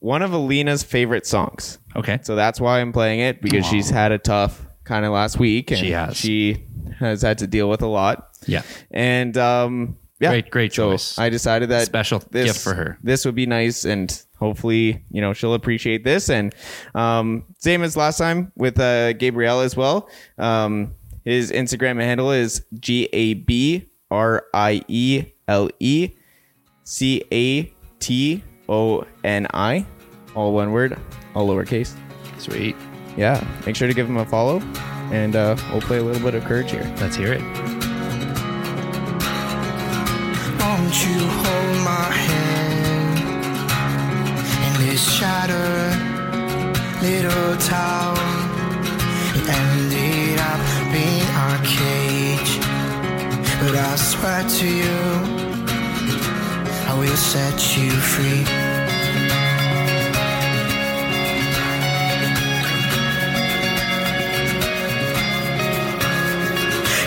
one of Alina's favorite songs.
Okay.
So that's why I'm playing it because she's had a tough kind of last week. And
She has.
She has had to deal with a lot.
Yeah.
And um, yeah.
Great- great
so
choice.
I decided that
Special gift for her.
This would be nice and hopefully, you know, she'll appreciate this. And um, same as last time with uh, Gabrielle as well. Um, his Instagram handle is G A B R I E L E C A T O N I. All one word, all lowercase.
Sweet.
Yeah. Make sure to give him a follow and uh, we'll play a little bit of courage here.
Let's hear it.
Won't you hold my hand in this shattered little town? It ended up being our cage, but I swear to you, I will set you free.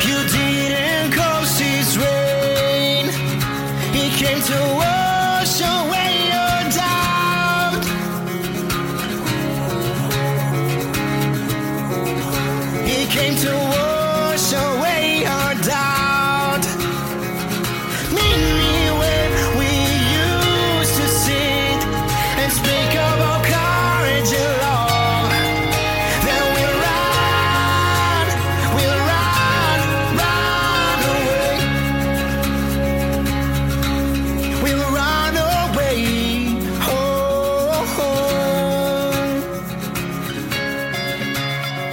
You didn't cause this rain. It came to wash away your doubt. It came to wash away your doubt. Meet me where we used to sit and speak of our courage and love. Then we'll run, we'll run, run away. We'll run away. Oh, oh.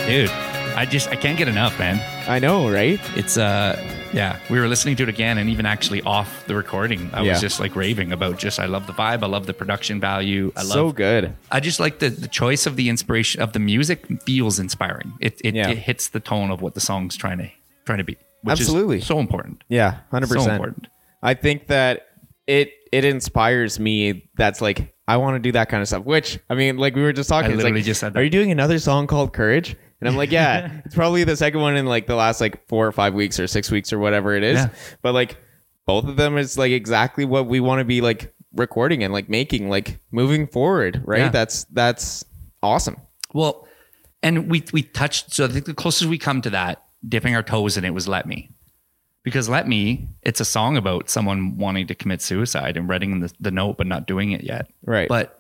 Dude, I I just I can't get enough, man.
I know, right?
It's uh yeah, we were listening to it again and even actually off the recording, I
Yeah.
was just like raving about just I love the vibe, I love the production value, I love
so good.
I just like the, the choice of the inspiration of the music feels inspiring. It it,
Yeah.
it hits the tone of what the song's trying to trying to be. Which
Absolutely.
is so important.
Yeah, hundred
So
percent.
important.
I think that it it inspires me. That's like I want to do that kind of stuff. Which I mean, like we were just
I
talking. it's
literally
like,
just said
Are
that.
you doing another song called Courage? And I'm like, yeah, it's probably the second one in like the last like four or five weeks or six weeks or whatever it is.
Yeah.
But like both of them is like exactly what we want to be like recording and like making like moving forward. Right.
Yeah.
That's that's awesome.
Well, and we we touched. So I think the closest we come to that, dipping our toes in it, was "Let Me," because "Let Me" it's a song about someone wanting to commit suicide and writing the, the note but not doing it yet.
Right.
But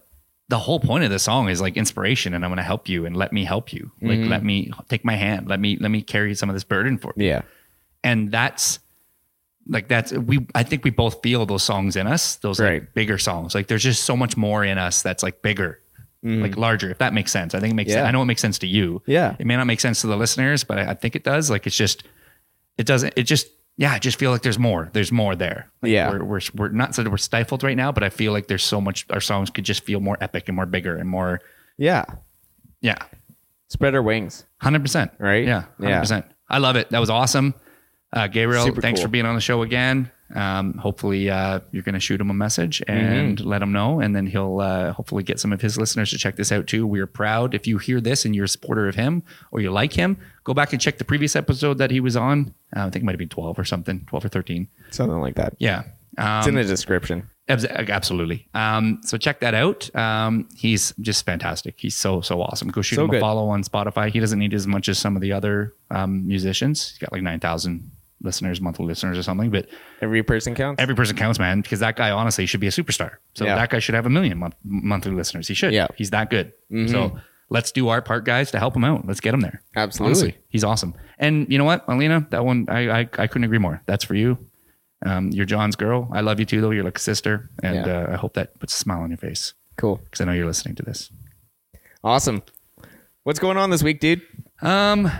the whole point of the song is like inspiration, and I'm going to help you, and let me help you. Like
Mm-hmm.
let me take my hand. Let me let me carry some of this burden for you.
Yeah.
And that's like that's we I think we both feel those songs in us, those
Right.
like bigger songs. Like there's just so much more in us that's like bigger, like larger, if that makes sense. I think it makes
Mm-hmm. Yeah.
sense. I know it makes sense to you.
Yeah.
It may not make sense to the listeners, but I, I think it does. Like it's just it doesn't it just yeah, I just feel like there's more. There's more there. Like,
Yeah.
We're, we're we're not so that we're stifled right now, but I feel like there's so much our songs could just feel more epic and more bigger and more
Yeah.
yeah.
Spread our wings.
Hundred percent.
Right?
Yeah.
Yeah.
Hundred percent. I love it. That was awesome. Uh, Gabriel,
Super
thanks
cool.
for being on the show again. Um, hopefully, uh, you're going to shoot him a message
Mm-hmm.
and let him know, and then he'll uh, hopefully get some of his listeners to check this out too. We are proud if you hear this and you're a supporter of him or you like him. Go back and check the previous episode that he was on. Uh, I think it might have been 12 or something, 12 or 13.
Something like that.
Yeah. Um,
It's in the description.
Abs- Absolutely. Um, so check that out. Um, he's just fantastic. He's so so awesome. Go shoot
So
him
good.
a follow on Spotify. He doesn't need as much as some of the other um, musicians. He's got like nine thousand listeners, monthly listeners or something. But
Every person counts.
every person counts, man, because that guy honestly should be a superstar. So
Yeah.
that guy should have a million month- monthly listeners. He should.
Yeah. Mm-hmm.
He's that good. So let's do our part, guys, to help him out. Let's get him there.
Absolutely.
he's awesome. And you know what, Alina, that one I I, I couldn't agree more. That's for you. Um, you're John's girl. I love you too, though. You're like a sister, and
Yeah.
uh, I hope that puts a smile on your face
Cool.
because I know you're listening to this.
Awesome. What's going on this week, dude?
Um,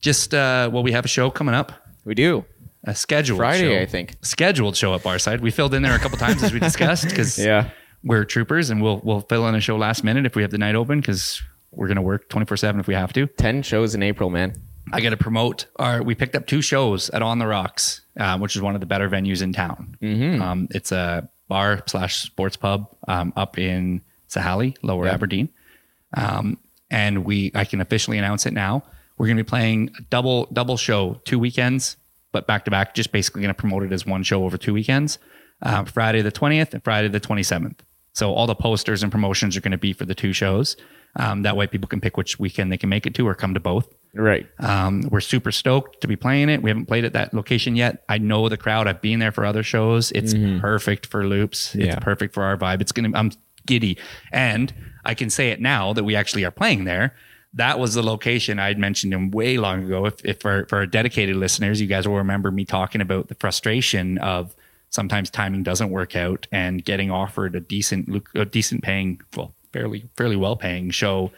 just uh, well, we have a show coming up,
We do.
a scheduled
Friday,
show.
I think.
scheduled show at Barside. We filled in there a couple times as we discussed because
Yeah.
we're troopers, and we'll we'll fill in a show last minute if we have the night open because we're gonna work twenty four seven if we have to.
10 shows in April, man.
I got to promote our. We picked up two shows at On the Rocks, um, which is one of the better venues in town. Um, it's a bar slash sports pub um, up in Sahali, Lower Aberdeen, um, and we. I can officially announce it now. We're going to be playing a double double show, two weekends, but back to back. Just basically going to promote it as one show over two weekends. Um, Friday the twentieth and Friday the twenty seventh. So all the posters and promotions are going to be for the two shows. Um, that way, people can pick which weekend they can make it to or come to both.
Right.
Um, we're super stoked to be playing it. We haven't played at that location yet. I know the crowd. I've been there for other shows. It's perfect for loops.
Yeah.
It's perfect for our vibe. It's gonna. I'm giddy, and I can say it now that we actually are playing there. That was the location I had mentioned him way long ago. If, if for, for our dedicated listeners, you guys will remember me talking about the frustration of sometimes timing doesn't work out and getting offered a decent, luc- a decent paying, well, fairly, fairly well paying show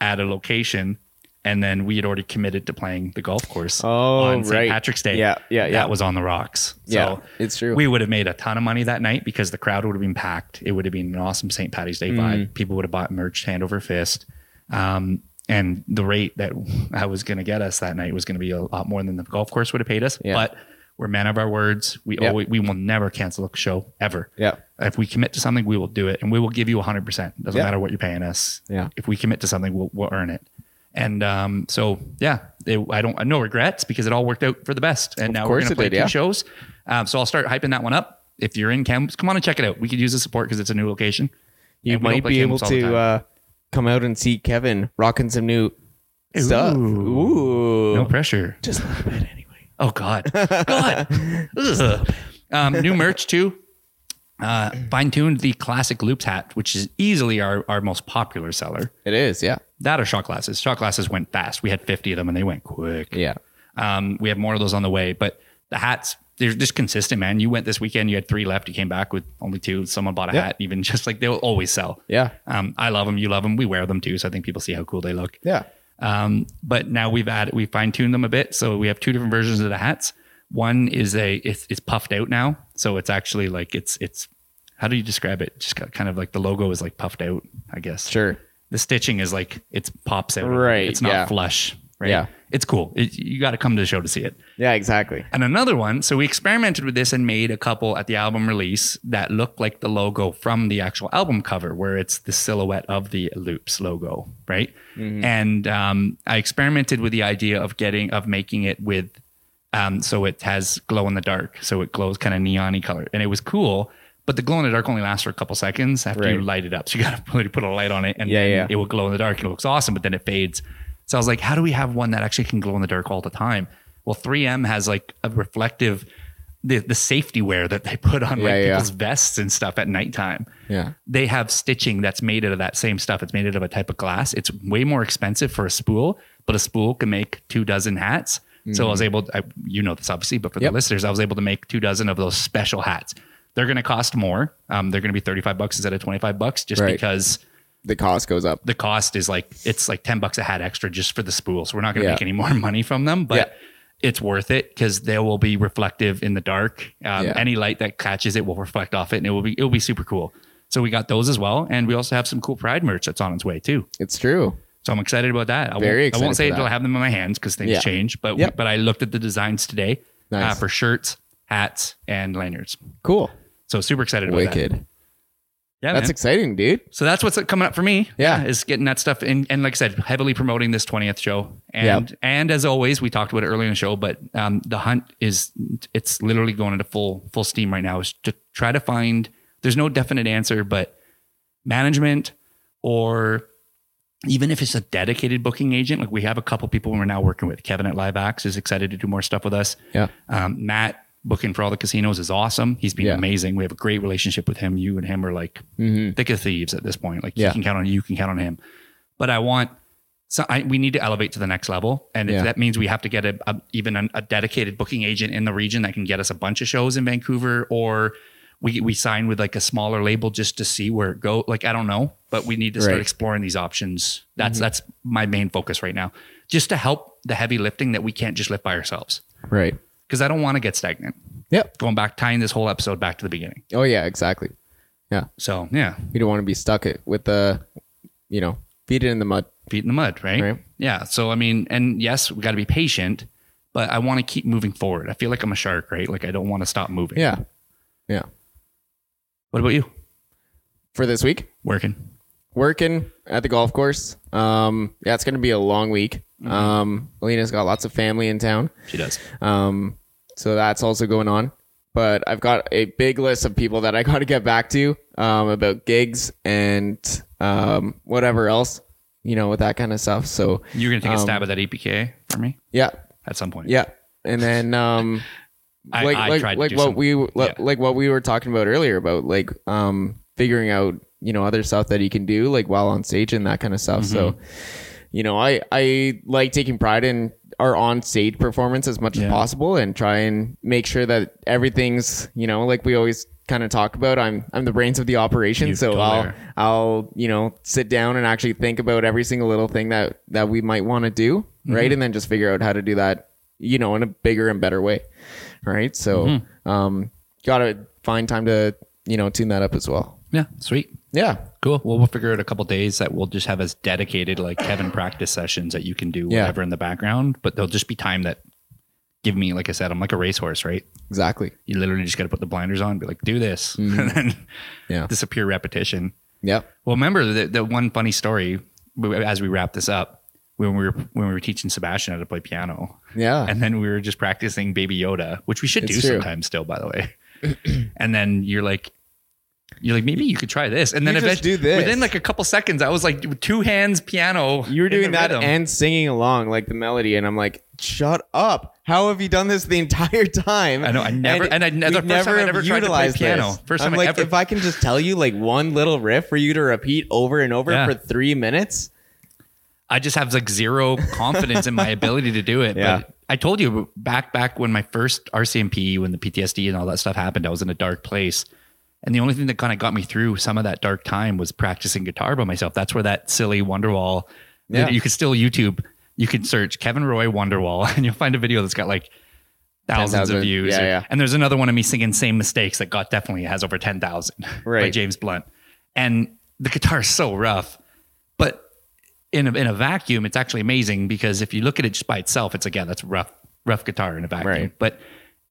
at a location, and then we had already committed to playing the golf course
Oh,
on St.
right.
Patrick's Day.
Yeah, yeah, yeah.
That was on the rocks. So
Yeah, it's true.
We would have made a ton of money that night because the crowd would have been packed. It would have been an awesome St. Patty's Day
Mm.
vibe. People would have bought merch hand over fist. Um, and the rate that I was going to get us that night was going to be a lot more than the golf course would have paid us.
Yeah.
But we're men of our words. We
Yeah.
always, we will never cancel a show ever.
Yeah.
If we commit to something, we will do it, and we will give you 100. percent Doesn't
Yeah.
matter what you're paying us.
Yeah.
If we commit to something, we'll, we'll earn it. And um, so yeah, it, I don't no regrets because it all worked out for the best. And now we're
course
gonna
it
play
did,
two
yeah.
shows. Um, so I'll start hyping that one up. If you're in Kamloops, come on and check it out. We could use the support because it's a new location.
You
And we don't
might
play
be able
Kamloops all the
to
time.
uh, come out and see Kevin rocking some new stuff. Ooh.
No pressure. Just a little bit anyway. Oh God, God. Ugh. um, new merch too. Uh, fine tuned the classic loops hat, which is easily our, our most popular seller.
It is. Yeah.
That or shot glasses. Shot glasses went fast. We had 50 of them and they went quick.
Yeah.
Um, we have more of those on the way, but the hats, they're just consistent, man. You went this weekend, you had three left. You came back with only two. Someone bought a
Yeah.
hat, even just like they'll always sell.
Yeah.
Um, I love them. You love them. We wear them too. So I think people see how cool they look.
Yeah.
Um, but now we've added, we fine tuned them a bit. So we have two different versions of the hats. One is a, it's, it's puffed out now. So it's actually like, it's, it's, how do you describe it? Just got kind of like the logo is like puffed out, I guess.
Sure.
The stitching is like, it's pops out.
Right,
It's not
yeah.
flush. Right.
Yeah.
It's cool. It, you got to come to the show to see it
Yeah, exactly.
and another one. So we experimented with this and made a couple at the album release that look like the logo from the actual album cover, where it's the silhouette of the Loops logo, right? And um, I experimented with the idea of getting of making it with, um, so it has glow in the dark, so it glows kind of neony color, and it was cool. But the glow in the dark only lasts for a couple seconds after you
Right.
light it up. So you got to put a light on it, and
Yeah,
then
yeah.
it will glow in the dark. It looks awesome, but then it fades. So I was like, how do we have one that actually can glow in the dark all the time? Well, 3M has like a reflective, the, the safety wear that they put on like
Yeah, yeah.
people's vests and stuff at nighttime.
Yeah.
They have stitching that's made out of that same stuff. It's made out of a type of glass. It's way more expensive for a spool, but a spool can make two dozen hats. So I was able, I, you know this obviously, but for
Mm. Yep.
the listeners, I was able to make two dozen of those special hats. They're going to cost more. Um, they're going to be 35 bucks instead of 25 bucks just
Right.
because
The cost goes up.
the cost is like it's like 10 bucks a hat extra just for the spool so we're not going to
Yeah.
make any more money from them but
Yeah.
it's worth it because they will be reflective in the dark um,
Yeah.
any light that catches it will reflect off it and it will be it'll be super cool so we got those as well and we also have some cool pride merch that's on its way too
It's true.
so I'm excited about that. I won't,
Very
I
excited
won't say
for
until
that.
I have them in my hands because things
Yeah.
change. But
Yep.
but I looked at the designs today uh,
Nice.
for shirts, hats, and lanyards.
Cool.
So super excited about that.
Wicked.
Yeah,
That's
man.
exciting, dude.
So that's what's coming up for me.
Yeah.
is getting that stuff in, and like I said, heavily promoting this twentieth show. And and as always, we talked about it earlier in the show, but um, the hunt is it's literally going into full full steam right now. Is to try to find. There's no definite answer, but management or even if it's a dedicated booking agent, like we have a couple people we're now working with. Kevin at Live Axe is excited to do more stuff with us.
Yeah.
Um, Matt booking for all the casinos is awesome. He's been
Yeah. Mm-hmm.
amazing. We have a great relationship with him. You and him are like thick of thieves at this point. Like you
Yeah.
can count on you, you can count on him. But I want so I, we need to elevate to the next level, and if
Yeah.
that means we have to get a, a even an, a dedicated booking agent in the region that can get us a bunch of shows in Vancouver, or we we sign with like a smaller label just to see where it go. Like I don't know, but we need to start
Right. Mm-hmm.
exploring these options. That's that's my main focus right now, just to help the heavy lifting that we can't just lift by ourselves
Right.
because I don't want to get stagnant.
Yep.
Going back, tying this whole episode back to the beginning.
Oh yeah, exactly.
So yeah,
You don't want to be stuck it with the, you know, feet in the mud.
feet in the mud, right?
Right.
Yeah. So I mean, and yes, we got to be patient, but I want to keep moving forward. I feel like I'm a shark, right? Like I don't want to stop moving.
Yeah. Yeah.
What about you?
For this week,
Working.
working at the golf course. Um, yeah, it's gonna be a long week. Um, Alina's got lots of family in town.
She does.
Um, so that's also going on. But I've got a big list of people that I got to get back to um, about gigs and um, whatever else, you know, with that kind of stuff. So
You're gonna take a
Um,
stab at that EPK for me
yeah,
at some point.
yeah. And then um,
I,
like
I
like,
tried
like
to do
what
some-
we like,
yeah.
like what we were talking about earlier about like um, figuring out you know other stuff that he can do like while on stage and that kind of stuff. So
Mm-hmm.
you know, I I like taking pride in our on stage performance as much
Yeah.
as possible and try and make sure that everything's, you know, like we always kind of talk about. I'm I'm the brains of the operation,
You
so
totally
I'll
are.
I'll, you know, sit down and actually think about every single little thing that that we might want to do, right? And then just figure out how to do that, you know, in a bigger and better way. Right? So, um got to find time to, you know, tune that up as well.
Yeah. Sweet.
Yeah.
Cool. Well, we'll figure out a couple days that we'll just have as dedicated like Kevin practice sessions that you can do
Yeah.
whatever in the background, but there'll just be time that give me, like I said, I'm like a racehorse, right?
Exactly.
You literally just got to put the blinders on, and be like, do this, and then
Mm-hmm. Yeah.
this is pure repetition.
Yep.
Well, remember the, the one funny story as we wrap this up when we were when we were teaching Sebastian how to play piano,
Yeah.
and then we were just practicing Baby Yoda, which we should
It's
do
true.
sometimes still, by the way. and then you're like. You're like maybe you could try this, and then
You just
eventually
do this.
within like a couple seconds, I was like with two hands piano.
You were
in the
doing that
rhythm.
and singing along like the melody, and I'm like, "Shut up! How have you done this the entire time?"
I know, I never- and I ne- the
we've
first time I
have
ever tried to play
utilized
piano.
this.
First time
I'm
I
like,
ever-
if I can just tell you like one little riff for you to repeat over and over
Yeah.
for three minutes,
I just have like zero confidence in my ability to do it.
Yeah.
But I told you back back when my first RCMP, when the PTSD and all that stuff happened, I was in a dark place. And the only thing that kind of got me through some of that dark time was practicing guitar by myself. That's where that silly Wonderwall
Yeah.
you could still YouTube you can search Kevin Roy Wonderwall and you'll find a video that's got like thousands
10,000.
of views.
Yeah, yeah.
And there's another one of me singing Same Mistakes that got definitely has over 10,000 by
Right.
James Blunt. And the guitar is so rough, but in a, in a vacuum, it's actually amazing because if you look at it just by itself, it's again, that's rough, rough guitar in a vacuum.
Right.
But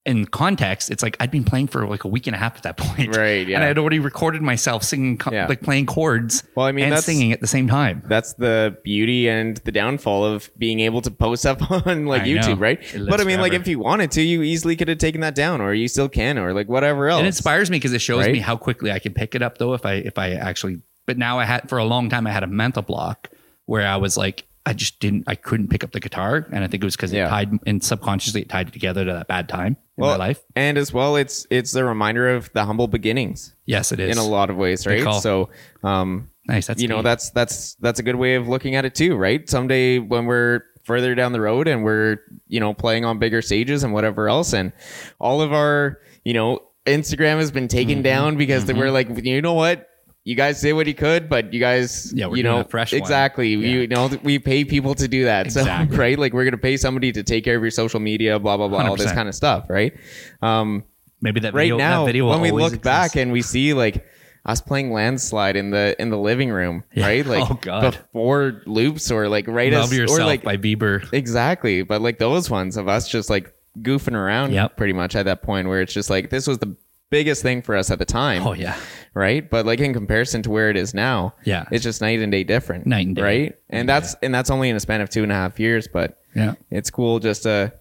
in context, it's like I'd been playing for like a week and a half at that point.
Right, yeah.
And I had already recorded myself singing, co-
Yeah.
like playing chords
Well, I mean,
and
that's-
singing at the same time.
that's the beauty and the downfall of being able to post up on like
I know.
YouTube, right?
It lives
But I mean, like
forever.
if you wanted to, you easily could have taken that down, or you still can, or like whatever else.
It inspires me because it shows
Oh. Right?
me how quickly I can pick it up though if I if I actually but now I had for a long time I had a mental block where I was like I just didn't I couldn't pick up the guitar and I think it was because
Yeah.
it tied and subconsciously it tied it together to that bad time in
Well,
my life.
and as well, it's it's a reminder of the humble beginnings
Yes, it is.
in a lot of ways, right?
call.
So, um,
nice. That's
you know,
key.
that's that's that's a good way of looking at it too, right? Someday when we're further down the road and we're you know playing on bigger stages and whatever else, and all of our you know Instagram has been taken
Mm-hmm.
down because they were like, you know what. You guys did what you could, but you guys,
Yeah, we're
you
doing
know,
a fresh one.
exactly. You know, we pay people to do that,
Exactly.
so right, like we're gonna pay somebody to take care of your social media, blah blah blah, all this
100%.
kind of stuff, right? Um,
maybe that
right
video,
now
that video will
when we
always
look
exist.
back and we see like us playing landslide in the in the living room
Yeah.
right like
Oh, God.
before loops or like right
Love
as
yourself
or like
by Bieber.
exactly but like those ones of us just like goofing around
Yep.
pretty much at that point where it's just like this was the biggest thing for us at the time
Oh yeah.
right but like in comparison to where it is now
Yeah.
it's just night and day different
Night and day.
right and that's and that's only in a span of two and a half years but
Yeah.
it's cool just to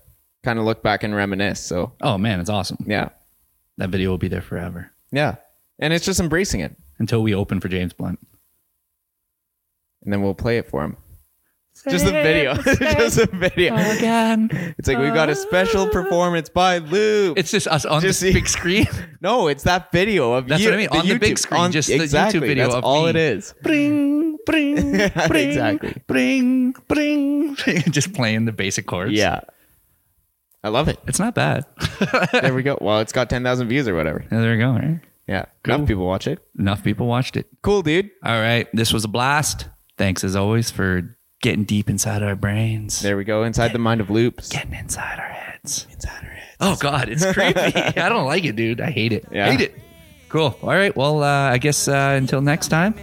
kind of look back and reminisce so
Oh man, it's awesome.
yeah
That video will be there forever.
yeah and it's just embracing it
Until we open for James Blunt.
and then we'll play it for him. Just a video. just a video.
Again.
It's like we've got a special performance by Lou.
It's just us on
Just
this
see-
big screen.
no, it's that video of
That's
you-
what I mean, on the big screen, just the YouTube
exactly,
video
That's
of
all
me.
it is.
bring, bring, bring,
Exactly.
bring, bring, just playing the basic chords.
Yeah, I love it.
It's not bad.
There we go. Well, it's got ten thousand views or whatever.
there we go. Right?
Yeah,
Cool.
enough people watch it.
Enough people watched it.
Cool, dude.
All right. This was a blast. Thanks as always for getting deep inside our brains,
There we go. Inside the mind of loops.
getting inside our heads. Inside our heads. Oh, God. It's creepy. I don't like it, dude. I hate it.
Yeah.
Hate it. Cool. All right. Well, uh, I guess uh, until next time,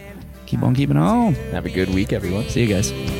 keep on keeping on.
Have a good week, everyone.
See you guys.